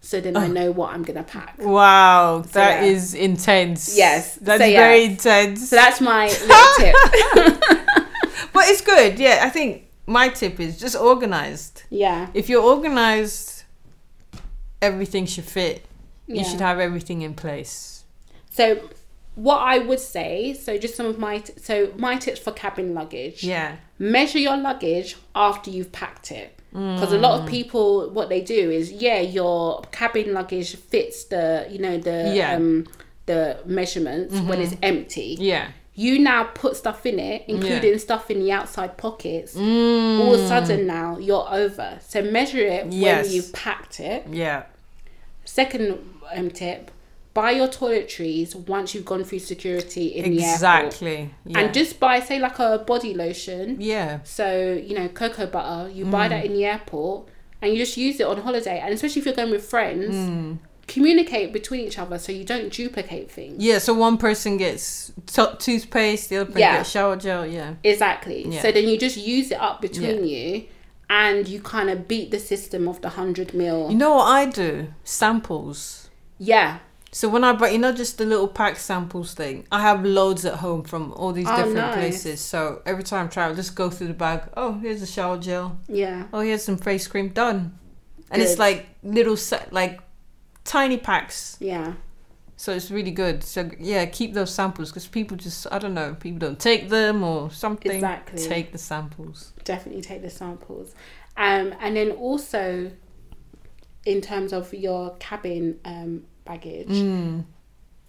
Speaker 1: So then I know what I'm gonna pack.
Speaker 2: Wow, that
Speaker 1: yeah.
Speaker 2: is intense.
Speaker 1: Yes,
Speaker 2: that's
Speaker 1: so yeah.
Speaker 2: very intense.
Speaker 1: So that's my little tip.
Speaker 2: but it's good. Yeah, I think my tip is just organized.
Speaker 1: Yeah,
Speaker 2: If you're organized, everything should fit. You
Speaker 1: Yeah.
Speaker 2: should have everything in place.
Speaker 1: So what I would say, so just some of my t- so my tips for cabin luggage.
Speaker 2: Yeah.
Speaker 1: measure your luggage after you've packed it because a lot of
Speaker 2: Mm.
Speaker 1: people what they do is yeah your cabin luggage fits the you know the
Speaker 2: Yeah. Mm-hmm.
Speaker 1: um the measurements when it's empty
Speaker 2: Yeah.
Speaker 1: you now put stuff in it including stuff in the outside pockets all of a sudden now you're over so measure it
Speaker 2: Mm. Yes.
Speaker 1: when you've packed it
Speaker 2: Yeah.
Speaker 1: second um, tip buy your toiletries once you've gone through security in the airport
Speaker 2: Exactly. Yeah.
Speaker 1: and just buy say like a body lotion
Speaker 2: yeah.
Speaker 1: so, you know, cocoa butter, you buy
Speaker 2: Mm.
Speaker 1: that in the airport and you just use it on holiday. And especially if you're going with friends,
Speaker 2: Mm.
Speaker 1: communicate between each other so you don't duplicate things.
Speaker 2: Yeah, so one person gets to- toothpaste, the other person
Speaker 1: Yeah.
Speaker 2: gets shower gel. Yeah.
Speaker 1: Exactly.
Speaker 2: Yeah.
Speaker 1: So then you just use it up between you and you kind of beat the system of the 100 mil.
Speaker 2: You know what I do? Samples.
Speaker 1: Yeah.
Speaker 2: So when I buy, you know, just the little pack samples thing, I have loads at home from all these
Speaker 1: Oh,
Speaker 2: different
Speaker 1: nice.
Speaker 2: places. So every time I travel, just go through the bag. Oh, here's a shower gel.
Speaker 1: Yeah.
Speaker 2: Oh, here's some face cream. Done. And it's
Speaker 1: Good.
Speaker 2: like little set, like tiny packs.
Speaker 1: Yeah.
Speaker 2: So it's really good. So yeah, keep those samples because people just, I don't know, people don't take them or something.
Speaker 1: Exactly.
Speaker 2: Take the samples.
Speaker 1: Definitely take the samples. Um, and then also, in terms of your cabin um, baggage,
Speaker 2: Mm.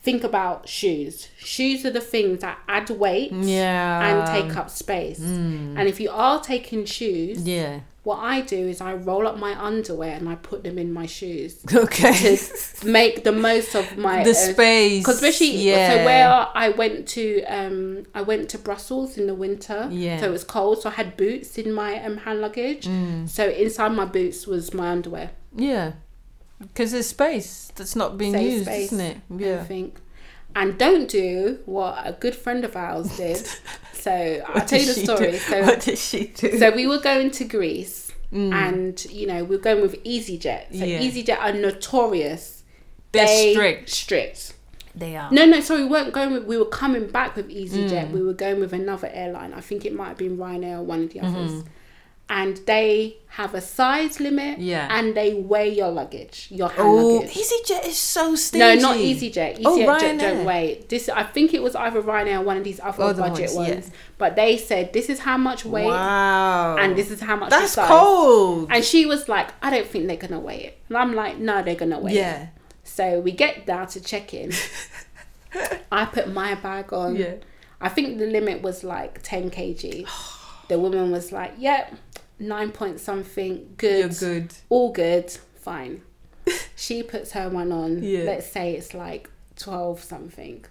Speaker 1: think about shoes. Shoes are the things that add weight. and
Speaker 2: Yeah. Mm. Hmm.
Speaker 1: take up space. And if you are taking shoes,
Speaker 2: Yeah.
Speaker 1: what I do is I roll up my underwear and I put them in my shoes
Speaker 2: Okay.
Speaker 1: to make the most of my uh,
Speaker 2: the space.
Speaker 1: Because especially
Speaker 2: yeah.
Speaker 1: so where I went to um I went to Brussels in the winter.
Speaker 2: Yeah.
Speaker 1: So it was cold, so I had boots in my um, hand luggage.
Speaker 2: Mm.
Speaker 1: So inside my boots was my underwear.
Speaker 2: Yeah. Because there's space that's not being
Speaker 1: Safe
Speaker 2: used,
Speaker 1: space,
Speaker 2: isn't it?
Speaker 1: I
Speaker 2: Yeah.
Speaker 1: think. And don't do what a good friend of ours did. so I'll
Speaker 2: What
Speaker 1: tell you the
Speaker 2: does she do?
Speaker 1: story. So
Speaker 2: what did she do?
Speaker 1: So we were going to Greece, and you know we were going with EasyJet. So
Speaker 2: Yeah.
Speaker 1: EasyJet are notorious.
Speaker 2: They're
Speaker 1: They-
Speaker 2: strict.
Speaker 1: Strict.
Speaker 2: They are.
Speaker 1: No, no. Sorry, we weren't going with. We were coming
Speaker 2: Mm. Mm-hmm.
Speaker 1: back with EasyJet. We were going with another airline. I think it might have been Ryanair or one of the others. and they have a size limit.
Speaker 2: Yeah.
Speaker 1: And they weigh your luggage, your hand
Speaker 2: Oh,
Speaker 1: luggage.
Speaker 2: EasyJet is so stingy.
Speaker 1: No, not E EasyJet. EasyJet
Speaker 2: Oh,
Speaker 1: ju-
Speaker 2: Ryanair.
Speaker 1: don't weigh. This I think it was either Ryanair or one of these other
Speaker 2: Other
Speaker 1: budget
Speaker 2: ones,
Speaker 1: ones,
Speaker 2: yeah.
Speaker 1: but they said this is how much weight
Speaker 2: Wow.
Speaker 1: and this is how much.
Speaker 2: That's
Speaker 1: size.
Speaker 2: cold.
Speaker 1: And she was like, I don't think they're gonna weigh it. And I'm like, no, they're gonna weigh it.
Speaker 2: Yeah.
Speaker 1: So we get down to check in. I put my bag on.
Speaker 2: Yeah.
Speaker 1: I think the limit was like 10 kg. the woman was like, yep, nine point something,
Speaker 2: You're
Speaker 1: good,
Speaker 2: good.
Speaker 1: all good, fine. she puts her one on.
Speaker 2: Yeah.
Speaker 1: Let's say it's like 12 something.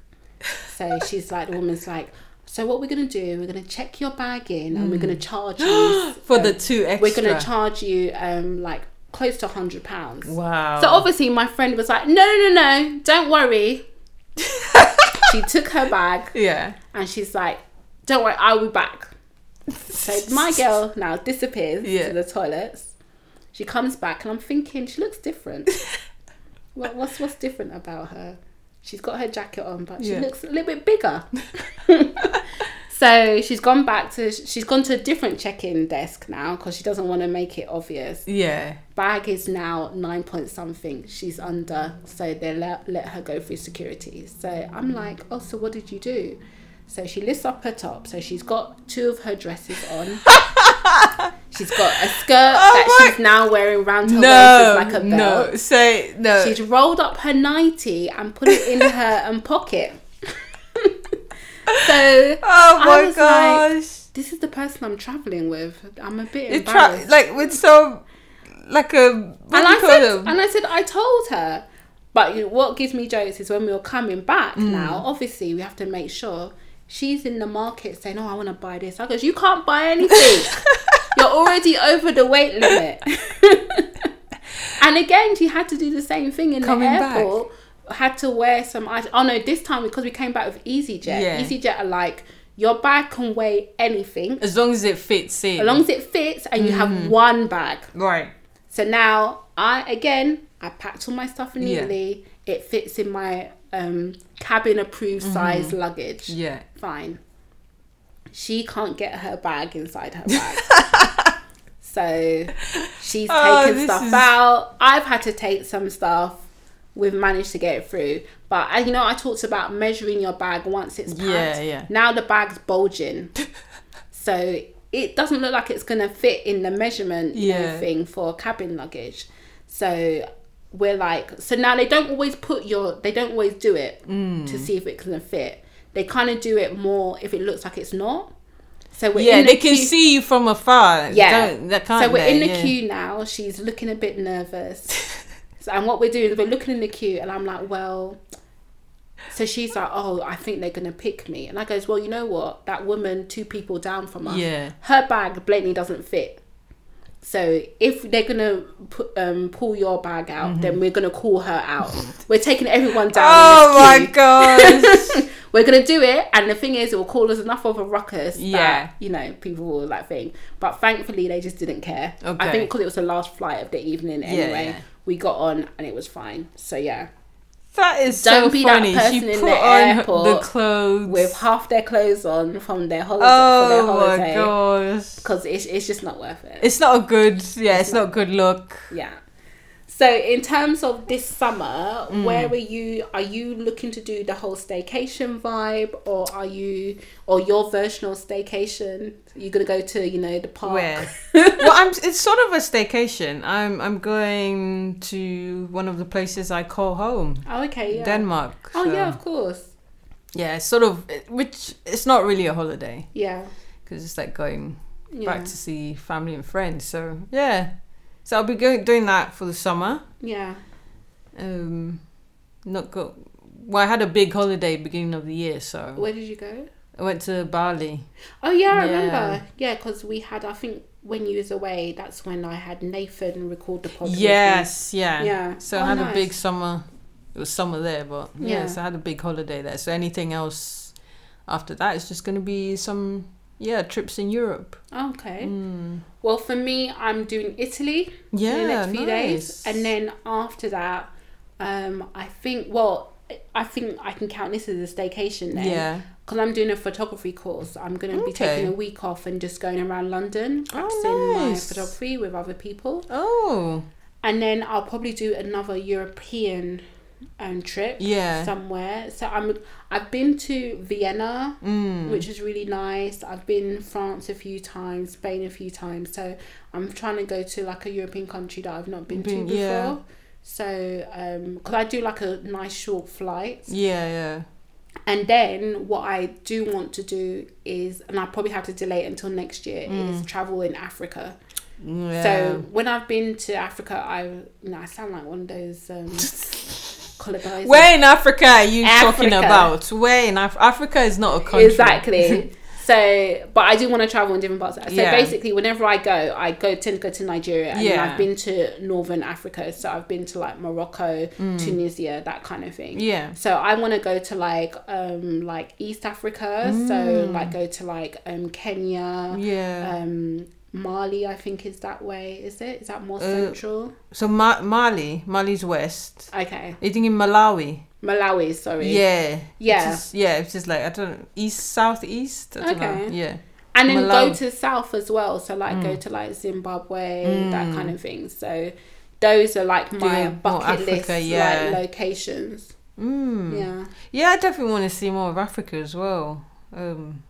Speaker 1: So she's like, the woman's like, so what we're gonna do? We're gonna check your bag in, and we're gonna charge you
Speaker 2: For
Speaker 1: um,
Speaker 2: the two Hmm. extra.
Speaker 1: we're gonna charge you um like close to hundred pounds.
Speaker 2: Wow.
Speaker 1: So obviously my friend was like, No no no no, don't worry. she took her bag
Speaker 2: Yeah.
Speaker 1: and she's like, Don't worry, I'll be back. So my girl now disappears
Speaker 2: Yeah.
Speaker 1: to the toilets. She comes back and I'm thinking she looks different. what, what's what's different about her? She's got her jacket on, but she
Speaker 2: Yeah.
Speaker 1: looks a little bit bigger. so she's gone back to she's gone to a different check-in desk now because she doesn't want to make it obvious.
Speaker 2: Yeah.
Speaker 1: Bag is now nine point something. She's under, so they let let her go through security. So I'm like, oh, so what did you do? So she lifts up her top. So she's got two of her dresses on. she's got a skirt that
Speaker 2: Oh my-
Speaker 1: she's now wearing round her
Speaker 2: No.
Speaker 1: waist as like a belt.
Speaker 2: no. Say no.
Speaker 1: She's rolled up her nightie and put it in her um, pocket. so
Speaker 2: oh
Speaker 1: I
Speaker 2: my
Speaker 1: was like,
Speaker 2: gosh.
Speaker 1: this is the person I'm traveling with. I'm a bit
Speaker 2: It tra-
Speaker 1: embarrassed.
Speaker 2: like with so like a what
Speaker 1: and
Speaker 2: do you
Speaker 1: I
Speaker 2: call
Speaker 1: said,
Speaker 2: them?
Speaker 1: and I said, I told her. But you- what gives me jokes is when we were coming back.
Speaker 2: Mm.
Speaker 1: Now, obviously, we have to make sure she's in the market saying, "Oh, I want to buy this." I goes, "You can't buy anything. You're already over the weight limit." and again, she had to do the same thing in
Speaker 2: Coming
Speaker 1: the
Speaker 2: back.
Speaker 1: airport. Had to wear some. ice- Oh no, this time because we came back with EasyJet.
Speaker 2: Yeah.
Speaker 1: EasyJet are like your bag can weigh anything
Speaker 2: as long as it fits in.
Speaker 1: as long as it fits and you
Speaker 2: Mm.
Speaker 1: have one bag.
Speaker 2: right.
Speaker 1: So now I again I packed all my stuff
Speaker 2: Yeah.
Speaker 1: neatly. It fits in my um, cabin approved size luggage.
Speaker 2: Mm-hmm. Yeah.
Speaker 1: Fine. She can't get her bag inside her bag. so she's
Speaker 2: Oh,
Speaker 1: taken
Speaker 2: this
Speaker 1: stuff
Speaker 2: is-
Speaker 1: out. I've had to take some stuff. We've managed to get it through. But I, you know, I talked about measuring your bag once it's packed.
Speaker 2: Yeah, yeah.
Speaker 1: Now the bag's bulging. so it doesn't look like it's going to fit in the measurement you know,
Speaker 2: Yeah.
Speaker 1: thing for cabin luggage. So we're like, so now they don't always put your, they don't always do it
Speaker 2: Mm.
Speaker 1: to see if it can fit. They kind of do it more if it looks like it's not. So we're
Speaker 2: Yeah,
Speaker 1: in
Speaker 2: they
Speaker 1: the
Speaker 2: can
Speaker 1: queue-
Speaker 2: see you from afar.
Speaker 1: Yeah.
Speaker 2: Don't, that can't
Speaker 1: so we're
Speaker 2: they?
Speaker 1: in the
Speaker 2: yeah.
Speaker 1: queue now. She's looking a bit nervous. so, and what we're doing is we're looking in the queue, and I'm like, well. So she's like, oh, I think they're gonna pick me, and I goes, well, you know what? That woman, two people down from us,
Speaker 2: Yeah.
Speaker 1: her bag blatantly doesn't fit. So if they're gonna put, um, pull your bag out,
Speaker 2: Mm-hmm.
Speaker 1: then we're gonna call her out. we're taking everyone down.
Speaker 2: Oh
Speaker 1: in this
Speaker 2: my
Speaker 1: queue.
Speaker 2: gosh.
Speaker 1: We're gonna do it, and the thing is, it will cause us enough of a ruckus.
Speaker 2: Yeah.
Speaker 1: that, you know, people will like thing. But thankfully, they just didn't care.
Speaker 2: Okay.
Speaker 1: I think because it was the last flight of the evening anyway,
Speaker 2: yeah.
Speaker 1: we got on and it was fine. So yeah,
Speaker 2: That is
Speaker 1: Don't
Speaker 2: so
Speaker 1: be that
Speaker 2: funny.
Speaker 1: person
Speaker 2: she
Speaker 1: in
Speaker 2: put
Speaker 1: the
Speaker 2: on the
Speaker 1: airport
Speaker 2: clothes.
Speaker 1: with half their clothes on from their holiday.
Speaker 2: oh
Speaker 1: for
Speaker 2: my
Speaker 1: their holiday,
Speaker 2: gosh.
Speaker 1: because it's it's just not worth it.
Speaker 2: It's not a good. Yeah, it's not a good look.
Speaker 1: yeah. So in terms of this summer,
Speaker 2: Mm.
Speaker 1: where were you? Are you looking to do the whole staycation vibe, or are you, or your version of staycation? You're gonna go to you know the park.
Speaker 2: Where? well, I'm. It's sort of a staycation. I'm. I'm going to one of the places I call home,
Speaker 1: Oh, okay. Yeah.
Speaker 2: Denmark.
Speaker 1: Oh
Speaker 2: so-
Speaker 1: yeah, of course.
Speaker 2: Yeah, it's sort of. Which it's not really a holiday
Speaker 1: Yeah.
Speaker 2: because it's like going
Speaker 1: Yeah.
Speaker 2: back to see family and friends. So yeah, so I'll be going doing that for the summer.
Speaker 1: Yeah.
Speaker 2: Um, not go. Well, I had a big holiday beginning of the year, so
Speaker 1: Where did you go?
Speaker 2: I went to Bali.
Speaker 1: Oh yeah, I
Speaker 2: Yeah.
Speaker 1: remember. Yeah, because we had. I think when you was away, that's when I had Nathan record the podcast. with me.
Speaker 2: Yes, yeah,
Speaker 1: Yeah.
Speaker 2: So I
Speaker 1: Oh,
Speaker 2: had a
Speaker 1: nice.
Speaker 2: big summer. It was summer there, but yes,
Speaker 1: Yeah.
Speaker 2: I had a big holiday there. So anything else after that is just going to be some yeah trips in Europe.
Speaker 1: Oh, Okay.
Speaker 2: Mm.
Speaker 1: Well, for me, I'm doing Italy.
Speaker 2: Yeah,
Speaker 1: in the next few days,
Speaker 2: nice.
Speaker 1: and then after that, um, I think. Well, I think I can count this as a staycation. Then.
Speaker 2: Yeah.
Speaker 1: because I'm doing a photography course, I'm going to be
Speaker 2: Okay.
Speaker 1: taking a week off and just going around London
Speaker 2: Oh,
Speaker 1: practicing my
Speaker 2: nice.
Speaker 1: photography with other people.
Speaker 2: Oh,
Speaker 1: And then I'll probably do another European um, trip
Speaker 2: Yeah.
Speaker 1: somewhere. So I'm I've been to Vienna,
Speaker 2: Mm.
Speaker 1: which is really nice. I've been France a few times, Spain a few times. So I'm trying to go to like a European country that I've not been,
Speaker 2: Been-
Speaker 1: to before.
Speaker 2: yeah.
Speaker 1: So, um 'cause I do like a nice short flight.
Speaker 2: yeah, yeah.
Speaker 1: And then what I do want to do is, and I probably have to delay it until next year,
Speaker 2: Mm.
Speaker 1: is travel in Africa.
Speaker 2: yeah.
Speaker 1: So when I've been to Africa, I you know, I sound like one of those um, colonizers.
Speaker 2: Where in Africa are you talking
Speaker 1: Africa.
Speaker 2: about? Where in Af- Africa is not a country.
Speaker 1: exactly. so, but I do want to travel in different parts. So
Speaker 2: Yeah.
Speaker 1: basically, whenever I go, I go tend to go to Nigeria, and then
Speaker 2: Yeah.
Speaker 1: I've been to northern Africa. So I've been to like Morocco, Tunisia, that kind of thing.
Speaker 2: Mm. Yeah.
Speaker 1: So I want to go to like um like East Africa. So like go to like um Kenya.
Speaker 2: Mm. Yeah.
Speaker 1: Um, Mali, I think is that way. Is it? Is that more
Speaker 2: Uh,
Speaker 1: central?
Speaker 2: so Ma- Mali, Mali's west.
Speaker 1: Okay,
Speaker 2: You think in Malawi?
Speaker 1: Malawi. Sorry.
Speaker 2: Yeah.
Speaker 1: Yeah.
Speaker 2: It's just, yeah, it's just like I don't know, east southeast. I don't know.
Speaker 1: Okay.
Speaker 2: Yeah.
Speaker 1: and then go
Speaker 2: Malawi. Mm.
Speaker 1: to south as well. So like go to like Zimbabwe, that kind of thing. So those are like my
Speaker 2: Yeah, more
Speaker 1: bucket
Speaker 2: Africa,
Speaker 1: list
Speaker 2: yeah.
Speaker 1: like locations.
Speaker 2: Mm.
Speaker 1: Yeah.
Speaker 2: Yeah, I definitely want to see more of Africa as well. Um,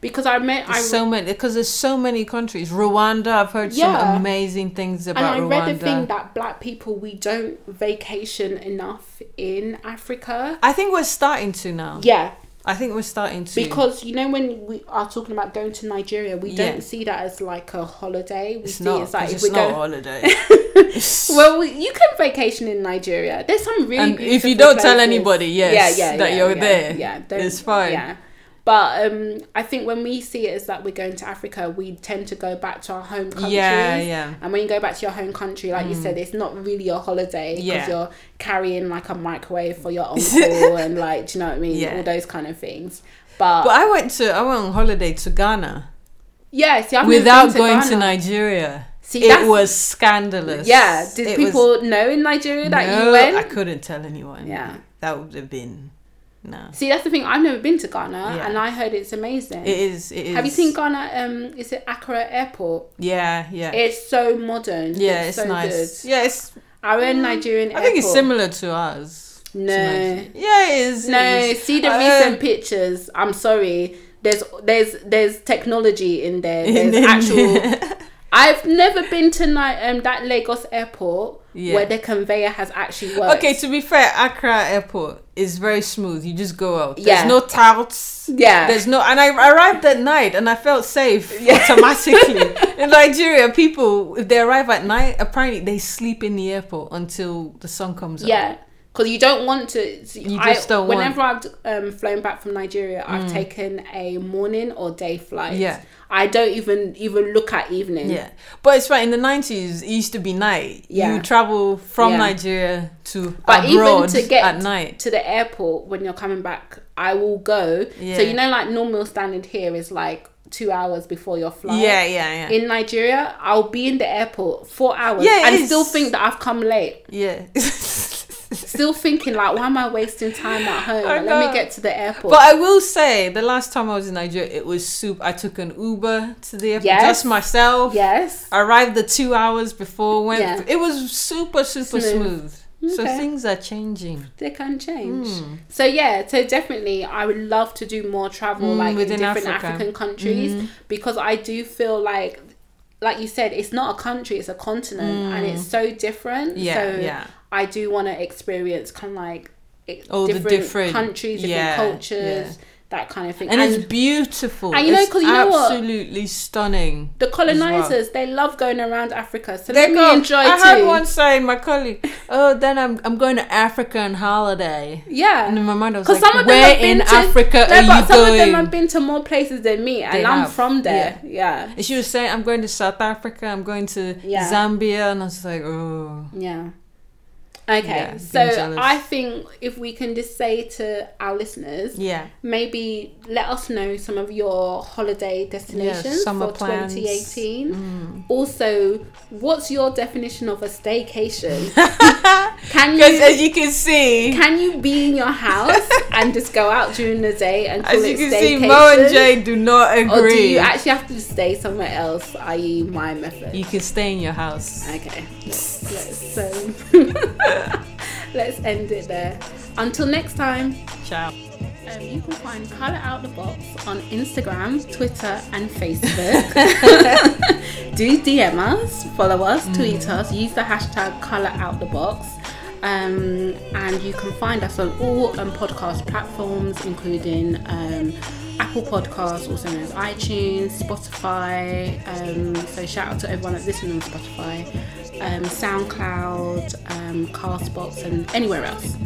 Speaker 1: Because I met
Speaker 2: there's
Speaker 1: I
Speaker 2: so many because there's so many countries. Rwanda, I've heard
Speaker 1: Yeah.
Speaker 2: some amazing things
Speaker 1: and
Speaker 2: about
Speaker 1: I
Speaker 2: Rwanda.
Speaker 1: read a thing that black people we don't vacation enough in Africa.
Speaker 2: I think we're starting to now.
Speaker 1: Yeah.
Speaker 2: I think we're starting to
Speaker 1: Because you know when we are talking about going to Nigeria, we
Speaker 2: Yeah.
Speaker 1: don't see that as like a holiday. We
Speaker 2: it's
Speaker 1: see
Speaker 2: not
Speaker 1: it's like
Speaker 2: 'cause
Speaker 1: if we
Speaker 2: it's not a
Speaker 1: go.
Speaker 2: holiday.
Speaker 1: Well, we, you can vacation in Nigeria. There's some really.
Speaker 2: and if you
Speaker 1: beautiful
Speaker 2: don't tell
Speaker 1: places.
Speaker 2: anybody, yes, that you're
Speaker 1: yeah,
Speaker 2: there,
Speaker 1: Yeah, don't-
Speaker 2: it's fine.
Speaker 1: Yeah. But um, I think when we see it as that we're going to Africa, we tend to go back to our home countries.
Speaker 2: Yeah, yeah.
Speaker 1: And when you go back to your home country, like you said, it's not really a holiday because
Speaker 2: Yeah.
Speaker 1: you're carrying like a microwave for your uncle and like, do you know what I mean?
Speaker 2: Yeah.
Speaker 1: All those kind of things. But,
Speaker 2: But I went to I went on holiday to Ghana
Speaker 1: yeah, see, I've never
Speaker 2: without
Speaker 1: been
Speaker 2: going to
Speaker 1: Ghana.
Speaker 2: Nigeria.
Speaker 1: See,
Speaker 2: it
Speaker 1: that's-
Speaker 2: was scandalous.
Speaker 1: Yeah, did
Speaker 2: It was-
Speaker 1: people know in Nigeria that
Speaker 2: no,
Speaker 1: you went?
Speaker 2: I couldn't tell anyone.
Speaker 1: Yeah.
Speaker 2: that would have been no.
Speaker 1: See, that's the thing. I've never been to Ghana,
Speaker 2: Yeah.
Speaker 1: and I heard it's amazing.
Speaker 2: It is. It is.
Speaker 1: Have you seen Ghana? Um, is it Accra Airport?
Speaker 2: Yeah, yeah,
Speaker 1: It's so modern.
Speaker 2: yeah. It's,
Speaker 1: so
Speaker 2: nice.
Speaker 1: Good.
Speaker 2: Yeah, it's.
Speaker 1: Our own Nigerian.
Speaker 2: I think it's
Speaker 1: airport.
Speaker 2: similar to ours. to
Speaker 1: No.
Speaker 2: Nigeria. yeah, it is. it
Speaker 1: No,
Speaker 2: is.
Speaker 1: see the
Speaker 2: Uh,
Speaker 1: recent pictures. I'm sorry. There's there's there's technology in there. There's
Speaker 2: in-
Speaker 1: actual. I've never been to Ni- um that Lagos airport
Speaker 2: Yeah.
Speaker 1: where the conveyor has actually worked.
Speaker 2: Okay, to be fair, Accra Airport is very smooth. You just go out. There's
Speaker 1: Yeah.
Speaker 2: no touts.
Speaker 1: Yeah.
Speaker 2: There's no. And I arrived at night and I felt safe automatically. in Nigeria, people, if they arrive at night, apparently they sleep in the airport until the sun comes up.
Speaker 1: Yeah, because you don't want to.
Speaker 2: You
Speaker 1: I-
Speaker 2: just don't want- Mm.
Speaker 1: Whenever I've um, flown back from Nigeria, I've taken a morning or day flight.
Speaker 2: Yeah.
Speaker 1: I don't even even look at evening.
Speaker 2: Yeah. But it's right. In the 90s, it used to be night.
Speaker 1: Yeah.
Speaker 2: You would travel from
Speaker 1: Yeah.
Speaker 2: Nigeria to
Speaker 1: But even
Speaker 2: abroad
Speaker 1: to get
Speaker 2: at night.
Speaker 1: to the airport when you're coming back, I will go.
Speaker 2: Yeah.
Speaker 1: So you know, like normal standard here is like two hours before your flight.
Speaker 2: Yeah, yeah, yeah.
Speaker 1: In Nigeria, I'll be in the airport four hours
Speaker 2: Yeah, it
Speaker 1: and
Speaker 2: is.
Speaker 1: still think that I've come late.
Speaker 2: yeah.
Speaker 1: Still thinking like, why am I wasting time at home?
Speaker 2: I
Speaker 1: Like, let
Speaker 2: know.
Speaker 1: me get to the airport.
Speaker 2: But I will say, the last time I was in Nigeria, it was soup. I took an Uber to the airport
Speaker 1: Yes.
Speaker 2: just myself.
Speaker 1: yes.
Speaker 2: Arrived the two hours before. Went.
Speaker 1: Yeah.
Speaker 2: It was super super smooth.
Speaker 1: Smooth.
Speaker 2: So
Speaker 1: Okay.
Speaker 2: things are changing
Speaker 1: they can change.
Speaker 2: Hmm.
Speaker 1: So yeah, so definitely I would love to do more travel
Speaker 2: Mm,
Speaker 1: like in
Speaker 2: within
Speaker 1: different
Speaker 2: Africa. Hmm.
Speaker 1: African countries because I do feel like like you said, it's not a country, it's a continent and it's so different.
Speaker 2: Hmm. Yeah,
Speaker 1: so
Speaker 2: yeah.
Speaker 1: I do want to experience kind of like it,
Speaker 2: All the
Speaker 1: different,
Speaker 2: different-
Speaker 1: countries, different
Speaker 2: yeah,
Speaker 1: cultures,
Speaker 2: yeah.
Speaker 1: that kind of thing.
Speaker 2: and,
Speaker 1: And,
Speaker 2: it's beautiful.
Speaker 1: and you know,
Speaker 2: It's
Speaker 1: 'cause you know what?
Speaker 2: absolutely stunning.
Speaker 1: the colonizers, they love going around Africa, so let me enjoy
Speaker 2: I
Speaker 1: too.
Speaker 2: had one saying, my colleague, "Oh, then I'm I'm going to Africa on holiday."
Speaker 1: yeah,
Speaker 2: And then my mind was
Speaker 1: Because
Speaker 2: like,
Speaker 1: some of them
Speaker 2: "Where
Speaker 1: have been
Speaker 2: in
Speaker 1: to,
Speaker 2: Africa
Speaker 1: no,
Speaker 2: are
Speaker 1: but
Speaker 2: you
Speaker 1: some
Speaker 2: going?"
Speaker 1: of them have been to more places than me, and
Speaker 2: They
Speaker 1: I'm
Speaker 2: have.
Speaker 1: from there. Yeah,
Speaker 2: And she was saying, I'm going to South Africa, I'm going to
Speaker 1: Yeah.
Speaker 2: Zambia. And I was like, oh.
Speaker 1: yeah. Okay,
Speaker 2: Yeah, being
Speaker 1: so
Speaker 2: jealous.
Speaker 1: I think if we can just say to our listeners,
Speaker 2: Yeah.
Speaker 1: maybe let us know some of your holiday destinations
Speaker 2: summer
Speaker 1: for
Speaker 2: plans. Mm.
Speaker 1: 2018. Also, what's your definition of a staycation? can
Speaker 2: Because
Speaker 1: you
Speaker 2: as you can see,
Speaker 1: can you be in your house and just go out during the day and call
Speaker 2: as
Speaker 1: it
Speaker 2: you can see,
Speaker 1: staycation?
Speaker 2: Mo and Jay do not agree.
Speaker 1: or do you
Speaker 2: you,
Speaker 1: actually have to stay somewhere else, i.e., my method?
Speaker 2: can stay in your house.
Speaker 1: Okay. Let's, let's, um, let's end it there. Until next time.
Speaker 2: Ciao.
Speaker 1: Um, you can find Colour Out the Box on Instagram, Twitter, and Facebook. Do DM us, follow us,
Speaker 2: Mm.
Speaker 1: tweet us, use the hashtag Colour Out the Box. Um, and you can find us on all um, podcast platforms, including um, Apple Podcasts, also known as iTunes, Spotify. Um, so, shout out to everyone that's listening on Spotify, um, SoundCloud, um, Castbox, and anywhere else.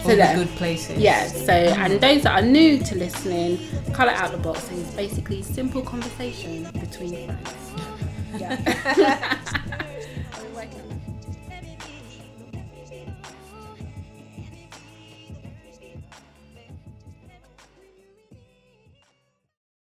Speaker 2: All the
Speaker 1: there.
Speaker 2: good places.
Speaker 1: Yeah, so, and those that are new to listening, Colour Out the Box is basically simple conversation between friends. Yeah.